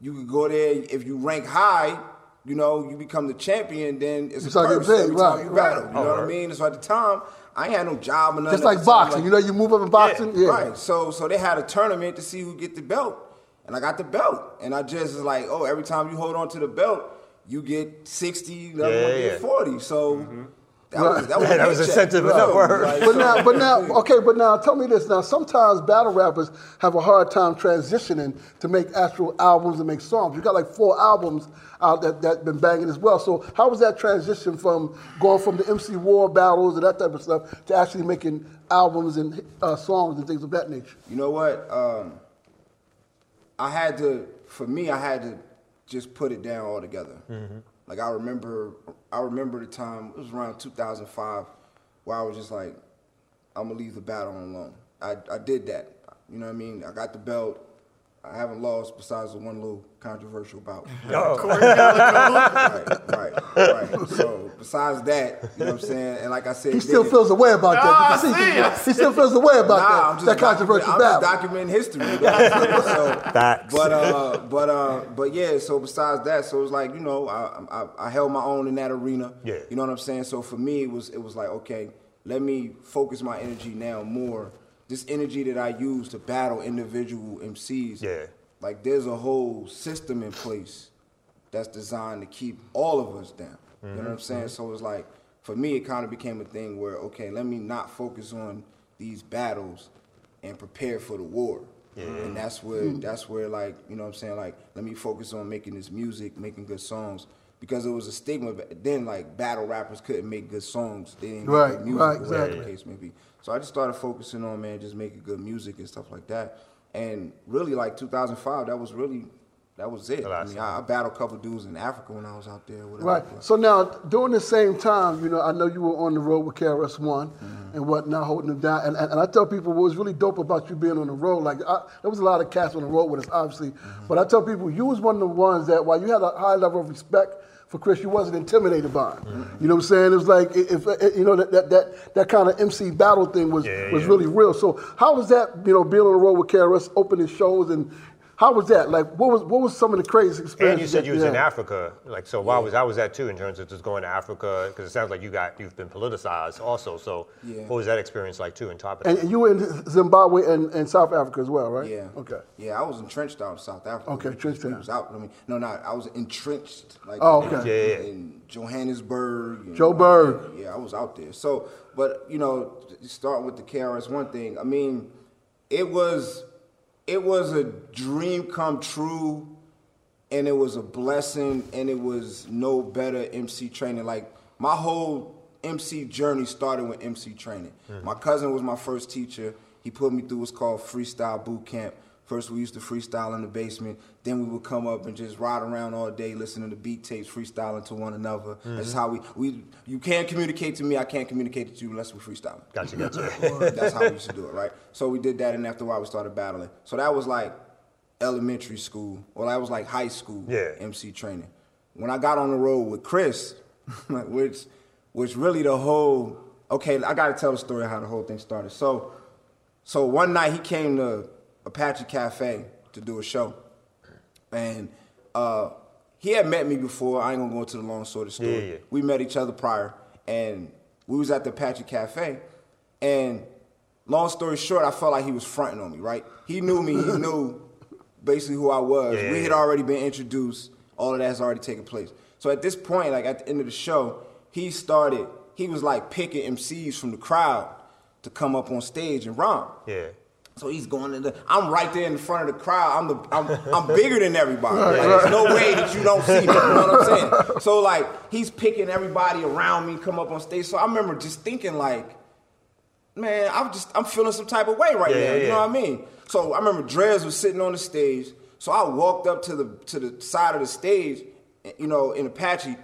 H: you could go there if you rank high." You know, you become the champion, then it's
D: It's
H: a
D: like a
H: curse
D: big,
H: every time
D: right,
H: you
D: right.
H: battle. You know what I mean? So at the time, I ain't had no job or nothing.
D: Just like
H: So I'm
D: boxing. You know, you move up in boxing. Yeah.
H: Right. So so they had a tournament to see who get the belt. And I got the belt. And I just was like, oh, every time you hold on to the belt, you get 60, another
C: Yeah,
H: one
C: yeah, yeah.
H: get 40. So that, was, that
C: [laughs]
H: was
C: That was incentive enough, word.
D: But now,
H: [laughs]
D: but now, okay. But now, tell me this. Now, sometimes battle rappers have a hard time transitioning to make actual albums and make songs. You got like four albums out that that been banging as well. So, how was that transition from going from the MC War battles and that type of stuff to actually making albums and uh, songs and things of that nature?
H: You know what? Um, I had to, for me, I had to just put it down altogether.
D: Mm-hmm.
H: Like I remember, I remember the time it was around 2005, where I was just like, I'm gonna leave the battle alone. I, I did that. You know what I mean? I got the belt. I haven't lost besides the one little controversial bout. right, right, right. So besides that, you know what I'm saying? And like I said,
D: He still
H: nigga,
D: feels a way about
A: Ah,
D: that. You
A: I see
D: can
A: it.
D: see, he still feels a way about
H: nah, I'm
D: that,
H: just
D: that controversial
H: documenting-
D: battle.
H: I'm just documenting history. you know what I'm saying? So-
C: [laughs] Facts.
H: But uh, but uh, but yeah. So besides that, so it's like you know, I, I I held my own in that arena.
C: Yeah.
H: You know what I'm saying? So for me, it was it was like okay, let me focus my energy now more. This energy that I use to battle individual MCs.
C: Yeah.
H: Like there's a whole system in place that's designed to keep all of us down. You know what I'm saying? So it's like for me, it kind of became a thing where, okay, let me not focus on these battles and prepare for the war. And that's where
D: Hmm.
H: that's where like, you know what I'm saying, like, let me focus on making this music, making good songs. Because it was a stigma back then like battle rappers couldn't make good songs. They didn't
D: Right,
H: make good music
D: right,
H: or whatever
D: exactly.
H: the case may be. So I just started focusing on man, just making good music and stuff like that. And really like 2005, that was really that was it. I
C: last
H: mean, I, I battled a couple dudes in Africa when I was out there. Whatever,
D: Right.
H: but-
D: So now, during the same time, you know, I know you were on the road with KRS One
C: Mm-hmm.
D: and whatnot, holding them down. And, and, and I tell people what was really dope about you being on the road. Like, I, there was a lot of cats on the road with us, obviously.
C: Mm-hmm.
D: But I tell people, you was one of the ones that, while you had a high level of respect for Chris, you wasn't intimidated by him.
C: Mm-hmm.
D: You know what I'm saying? It was like, i- if i- you know, that that that, that kind of MC battle thing was
C: Yeah,
D: was
C: yeah.
D: really real. So how was that? You know, being on the road with KRS, opening shows and. How was that? Like, what was what was some of the craziest
C: And
D: experiences?
C: you said
D: that
C: you was in
D: had?
C: Africa, like so. Why was I was that too in terms of just going to Africa? Because it sounds like you got you've been politicized also. So
H: Yeah.
C: what was that experience like too? On top of
D: And
C: that,
D: and you were in Zimbabwe and, and South Africa as well, right?
H: Yeah.
D: Okay.
H: Yeah, I was entrenched out in South Africa.
D: Okay, entrenched
H: I
D: out.
H: was out. I mean, no, no, I was entrenched. Like,
D: Oh, okay.
C: Yeah, yeah.
H: In Johannesburg. and-
D: Joburg.
H: Yeah, I was out there. So, but you know, starting with the KRS One thing. I mean, it was, it was a dream come true, and it was a blessing, and it was no better MC training. Like my whole MC journey started with MC training. My cousin was my first teacher. He put me through what's called freestyle boot camp. First, we used to freestyle in the basement. Then we would come up and just ride around all day, listening to beat tapes, freestyling to one another. That's how we we. You can't communicate to me. I can't communicate to you unless we freestyle.
C: gotcha,
H: [laughs]
C: gotcha. [laughs]
H: That's how we used to do it, right? So we did that, and after a while, we started battling. So that was like elementary school, or that was like high school
C: Yeah.
H: MC training. When I got on the road with Chris, [laughs] like, which was really the whole. Okay, I got to tell the story of how the whole thing started. So, so one night he came to Apache Cafe to do a show, and uh, he had met me before. I ain't gonna go into the long story. story.
C: Yeah, yeah.
H: We met each other prior, and we was at the Apache Cafe. And long story short, I felt like he was fronting on me. Right? He knew me. He knew basically who I was.
C: Yeah, yeah,
H: we had
C: yeah.
H: already been introduced. All of that's already taken place. So at this point, like at the end of the show, he started. He was like picking MCs from the crowd to come up on stage and rhyme.
C: Yeah,
H: So he's going in the. I'm right there in front of the crowd. I'm the. I'm, I'm bigger than everybody. Like, there's no way that you don't see me. You know what I'm saying? So like he's picking everybody around me, come up on stage. So I remember just thinking like, man, I'm just I'm feeling some type of way right
C: Yeah,
H: now.
C: yeah,
H: You
C: yeah.
H: know what I mean? So I remember Drez was sitting on the stage. So I walked up to the to the side of the stage, you know, in Apache,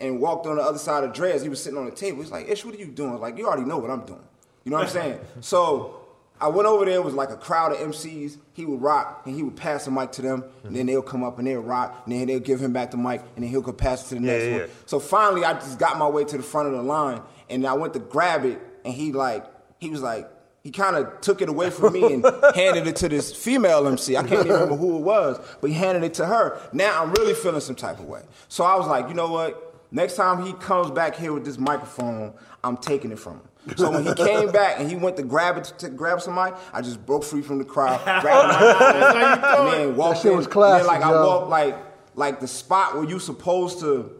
H: and walked on the other side of Drez. He was sitting on the table. He's like, Ish, what are you doing? Like, you already know what I'm doing. You know what I'm saying?
C: [laughs]
H: So I went over there, it was like a crowd of MCs. He would rock and he would pass the mic to them, and then they'll come up and they'll rock, and then they'll give him back the mic, and then he'll go pass it to the next
C: yeah,
H: one.
C: yeah.
H: So finally, I just got my way to the front of the line, and I went to grab it, and he like, he was like, he kind of took it away from me
D: [laughs]
H: and handed it to this female MC. I can't even remember who it was, but he handed it to her. Now I'm really feeling some type of way. So I was like, you know what? Next time he comes back here with this microphone, I'm taking it from him. So when
D: [laughs]
H: he came back and he went to grab it to grab somebody, I just broke free from the crowd,
D: [laughs]
H: grabbed the microphone, and then walked
D: That shit
H: in.
D: was
H: and then, like
D: classic,
H: I
D: yo.
H: walked like like the spot where you supposed to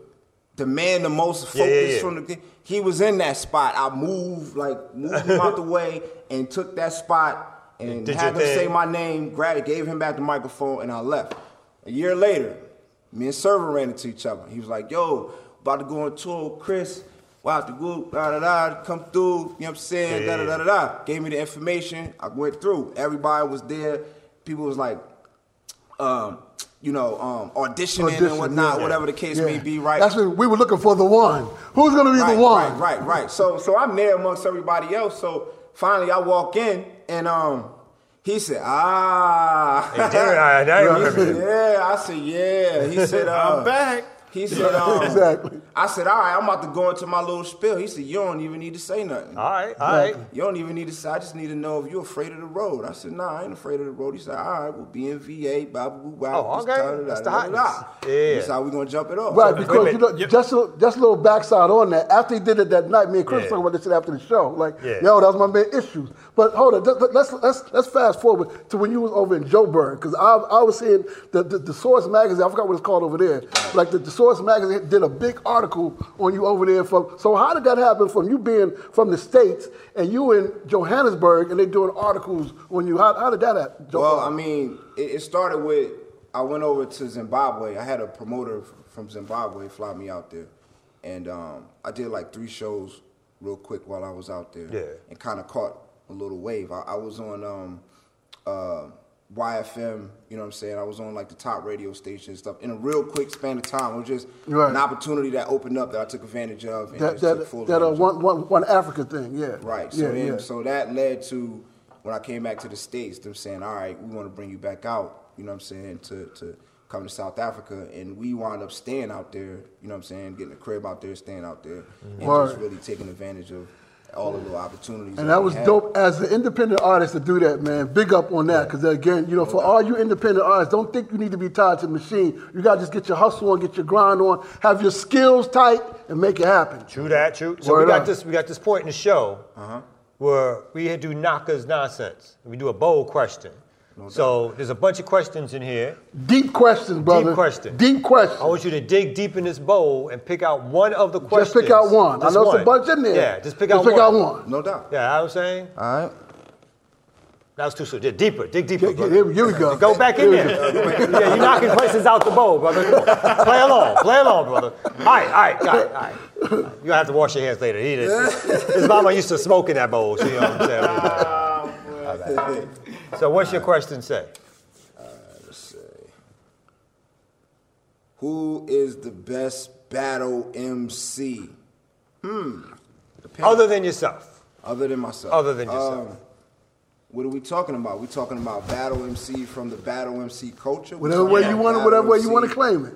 H: demand the most focus
C: Yeah, yeah, yeah.
H: from the thing. He was in that spot. I moved like moved
C: [laughs]
H: him out the way and took that spot and
C: Did
H: had
C: your
H: them say
C: thing.
H: my name, grabbed it, gave him back the microphone, and I left. A year later, me and Server ran into each other. He was like, yo, about to go on tour, Chris. Wow, the group, da da da, come through, you know what I'm saying?
C: Yeah,
H: Da da
C: yeah,
H: da da da. Gave me the information. I went through. Everybody was there. People was like, um, you know, um, auditioning
D: Audition,
H: and whatnot,
D: yeah.
H: whatever the case
D: Yeah.
H: may be, right?
D: That's what we were looking for the one. Who's going to be
H: right,
D: the one?
H: Right, right, right. So so I'm there amongst everybody else. So finally I walk in and um he said, ah.
C: Hey, Derek, I-
H: [laughs]
C: now you
H: He
C: remember
H: said, yeah, I said,
C: [laughs]
H: yeah. He said, uh,
A: I'm back.
H: He said, um,
D: Exactly.
H: I said, all right, I'm about to go into my little spiel. He said, you don't even need to say nothing.
C: all right, all right.
H: You don't even need to say, I just need to know if you're afraid of the road. I said, nah, I ain't afraid of the road. He said, all right, we'll be in VA, blah, blah, blah, blah.
C: Oh, okay. That's the hotness. Yeah.
H: That's how we going to jump it off.
D: Right,
H: So-
D: because you know, just a, just a little backside on that. After he did it that night, me and Chris
C: Yeah.
D: talking about this shit after the show. Like,
C: Yeah.
D: yo, that was my main issue. But hold on, let- let- let's let's let's fast forward to when you was over in Joburg, because I I was seeing the, the the Source magazine. I forgot what it's called over there. Like the, the Source Magazine did a big article on you over there. From so how did that happen? From you being from the states and you in Johannesburg, and they doing articles on you. How, how did that happen?
H: Well, I mean, it, it started with I went over to Zimbabwe. I had a promoter f- from Zimbabwe fly me out there, and um, I did like three shows real quick while I was out there.
C: Yeah.
H: and kind of caught a little wave. I, I was on um, uh, YFM. You know what I'm saying? I was on like the top radio station and stuff in a real quick span of time. It was just
D: Right.
H: an opportunity that opened up that I took advantage of. And
D: that
H: just took full
D: that, that uh,
H: advantage of.
D: one, one, one Africa thing, yeah.
H: Right. So
D: Yeah,
H: then,
D: yeah.
H: so that led to when I came back to the states, them saying, "All right, we want to bring you back out." You know what I'm saying? To to come to South Africa, and we wound up staying out there. You know what I'm saying? Getting a crib out there, staying out there, and
D: Word.
H: just really taking advantage of all of the opportunities.
D: And that
H: we
D: was
H: had.
D: dope as an independent artist to do that, man. Big up on that, because again, you know, for all you independent artists, don't think you need to be tied to the machine. You gotta just get your hustle on, get your grind on, have your skills tight, and make it happen.
C: True that, true. So
D: Word
C: we got
D: up. Uh-huh.
C: this. We got this point in the show where we had do knockers nonsense. We do a bold question. so there's a bunch of questions in here.
D: Deep questions, brother.
C: question.
D: Deep question.
C: I want you to dig deep in this bowl and pick out one of the questions.
D: just pick out one.
C: Just
D: I know it's
C: one.
D: a bunch in there.
C: Yeah, just pick out one.
H: no doubt.
C: Yeah, I was saying.
H: All right.
C: That was too soon. Yeah, deeper. Dig deeper.
D: Yeah, yeah,
C: brother.
D: here we- here we go.
C: Go back in
D: Here we
C: there. [laughs] yeah, you're knocking questions out the bowl, brother. Come on. Play along. Play along, brother. All right, all right, all right, all right. You're going to have to wash your hands later. He
D: [laughs]
C: did. His mama used to smoke in that bowl. So you know what I'm saying?
D: Ah,
C: All right. So what's your question say?
H: Who is the best battle MC? Hmm. Depends-
C: Other than yourself.
H: Other than myself.
C: Other than yourself.
H: Um, what are we talking about? We talking about battle MC from the battle MC culture. We
D: Whatever
H: talking
D: way
H: about
D: you want it,
H: battle
D: whatever way you
H: MC,
D: want to claim it.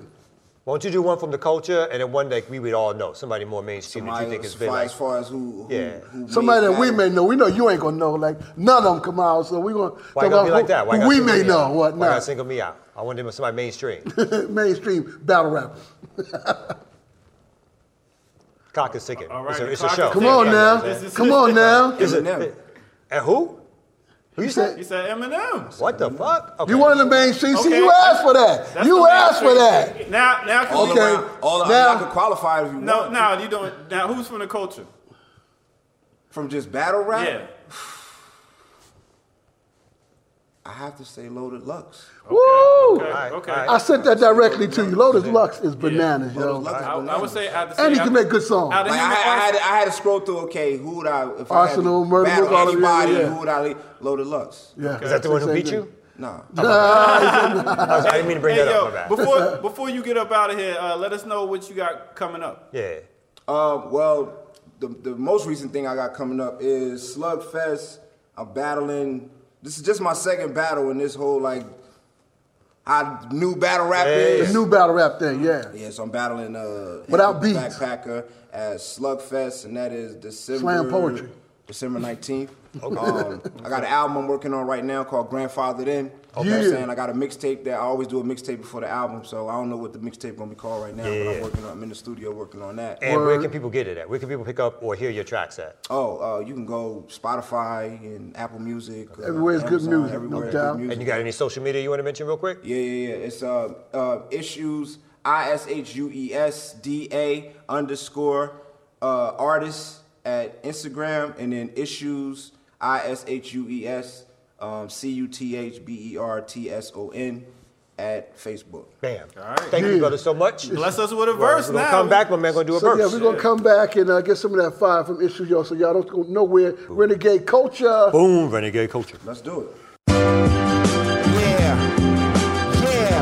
C: Won't you do one from the culture and then one that we would all know? Somebody more mainstream that
H: somebody
C: you think
H: as
C: has been
H: far,
C: like.
H: as far as who, who,
C: Yeah.
H: who
D: Somebody
H: made
D: that we may
H: battle.
D: know. We know you ain't gonna know. Like none of them come out, so we
C: Why
D: gonna talk
C: you gonna be
D: about
C: like
D: who-
C: that? Why you gotta
D: who we
C: single
D: may
C: me out?
D: know what
C: Why you gotta
D: not.
C: single me out? I want them somebody mainstream.
D: [laughs] Mainstream battle rappers.
C: Clock is ticking.
A: All
C: it's a,
A: right,
C: it's a
A: clock is
C: show.
A: ticking.
D: Come on
A: Yeah,
D: now.
A: this is-
D: Come on now.
C: Is it-
H: Eminem.
C: And who? Who you said?
A: He said M&M's.
C: What the fuck? Okay.
D: You one of the mainstream. See,
A: Okay.
D: you asked for that.
A: That's
D: You
A: the
D: asked for
A: mainstream.
D: that.
A: Now, now, can
H: All
A: we-
D: Okay.
H: around, all around.
D: Now-
H: I could qualify if you
A: No,
H: want.
A: now you doing now. Who's from the culture?
H: From just battle rap,
A: Yeah.
H: I have to say Loaded Lux.
D: Woo!
A: Okay.
C: right,
A: okay.
C: all right.
D: I sent that directly to you. Lotus Lux is bananas,
H: Loaded
D: yo.
H: Lux is
A: I, I would
H: bananas.
A: say out of
D: And he can make good songs.
A: Out of
H: Like I,
A: human
H: had, I, had
A: arsenal-
H: to, I had to scroll through. Okay, who would I? If
D: Arsenal,
H: I had to
D: Murder,
H: battle
D: Book, all of them,
H: anybody,
D: yeah.
H: who would I? leave? Loaded Lux.
D: Yeah.
C: Is that the one who beat you?
H: Nah.
C: I, was- I didn't mean to bring
A: Hey
C: that
A: yo,
C: up. My bad.
A: before before you get up out of here, uh, let us know what you got coming up.
C: yeah.
H: Uh, well, the, the most recent thing I got coming up is Slugfest. I'm battling. This is just my second battle in this whole like I new battle rap
D: The
H: is.
D: new battle rap thing, yeah.
H: yeah, so I'm battling uh
D: Without
H: Hip
D: beats.
H: Hop Backpacker at Slugfest, and that is December.
D: Slam poetry. [laughs]
H: December 19th. Um, I got an album I'm working on right now called Grandfathered In. You know what
D: Yeah.
H: I'm saying? I got a mixtape that I always do a mixtape before the album, so I don't know what the mixtape gonna be called right now, but
C: Yeah.
H: I'm working on I'm in the studio working on that.
C: And where can people get it at? Where can people pick up or hear your tracks at?
H: Oh, uh, you can go Spotify and Apple Music. uh,
D: Everywhere's good
H: Amazon,
D: music, no
H: everywhere's
D: doubt.
H: good music.
C: And you got any social media you want to mention real quick?
H: Yeah, yeah, yeah. It's uh, uh, issues I S H U E S D A underscore uh, artist at Instagram, and then issues I S H U E S um, C U T H B E R T S O N at Facebook.
C: Bam. All
A: right.
C: Thank you, brother, so much.
A: Bless us with a
C: We're
A: verse
C: gonna
A: now.
C: come back, my man. Gonna do a
D: So
C: verse.
D: yeah, we're gonna come back and uh, get some of that fire from issue, y'all. So y'all don't go nowhere. Renegade culture.
C: Boom, renegade culture.
H: Let's do it. Yeah, yeah,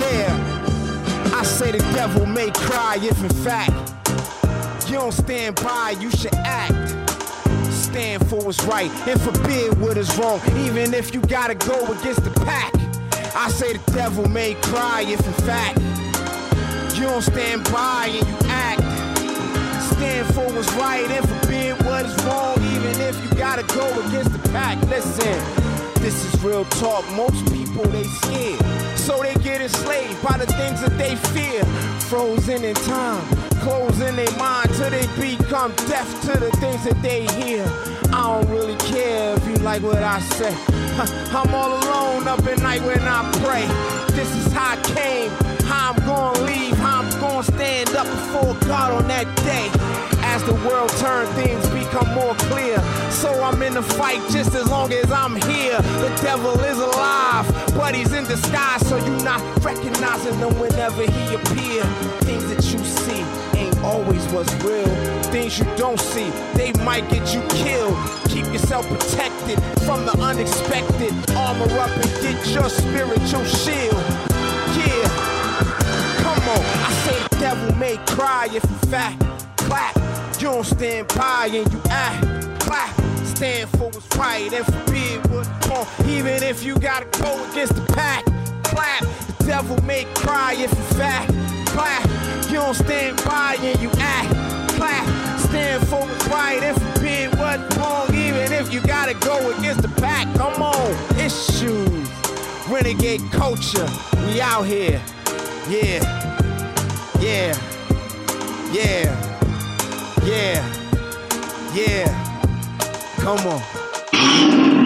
H: yeah. I say the devil may cry if in fact you don't stand by, you should act. Stand for what's right and forbid what is wrong, even if you gotta go against the pack. I say the devil may cry if in fact you don't stand by and you act. Stand for what's right and forbid what is wrong, even if you gotta go against the pack. Listen, this is real talk. Most people they scared, so they get enslaved by the things that they fear. Frozen in time, closing their mind till they become deaf to the things that they hear. I don't really care if you like what I say. I'm all alone up at night when I pray. This is how I came, how I'm gonna leave, how gonna stand up before God on that day. As the world turns, things become more clear. So I'm in the fight just as long as I'm here. The devil is alive, but he's in disguise, so you're not recognizing him whenever he appears. Things that you see ain't always what's real. Things you don't see, they might get you killed. Keep yourself protected from the unexpected. Armor up and get your spiritual shield. Yeah. Come on, I say the devil may cry if you fat clap. You don't stand by and you act clap. Stand for what's right and forbid what's wrong. Even if you gotta go against the pack, clap. The devil may cry if you fat clap. You don't stand by and you act clap. Stand for what's right and forbid what's wrong. Even if you gotta go against the pack, come on, issues. Renegade culture, we out here. Yeah. Yeah. Yeah. Yeah. Yeah. Come on.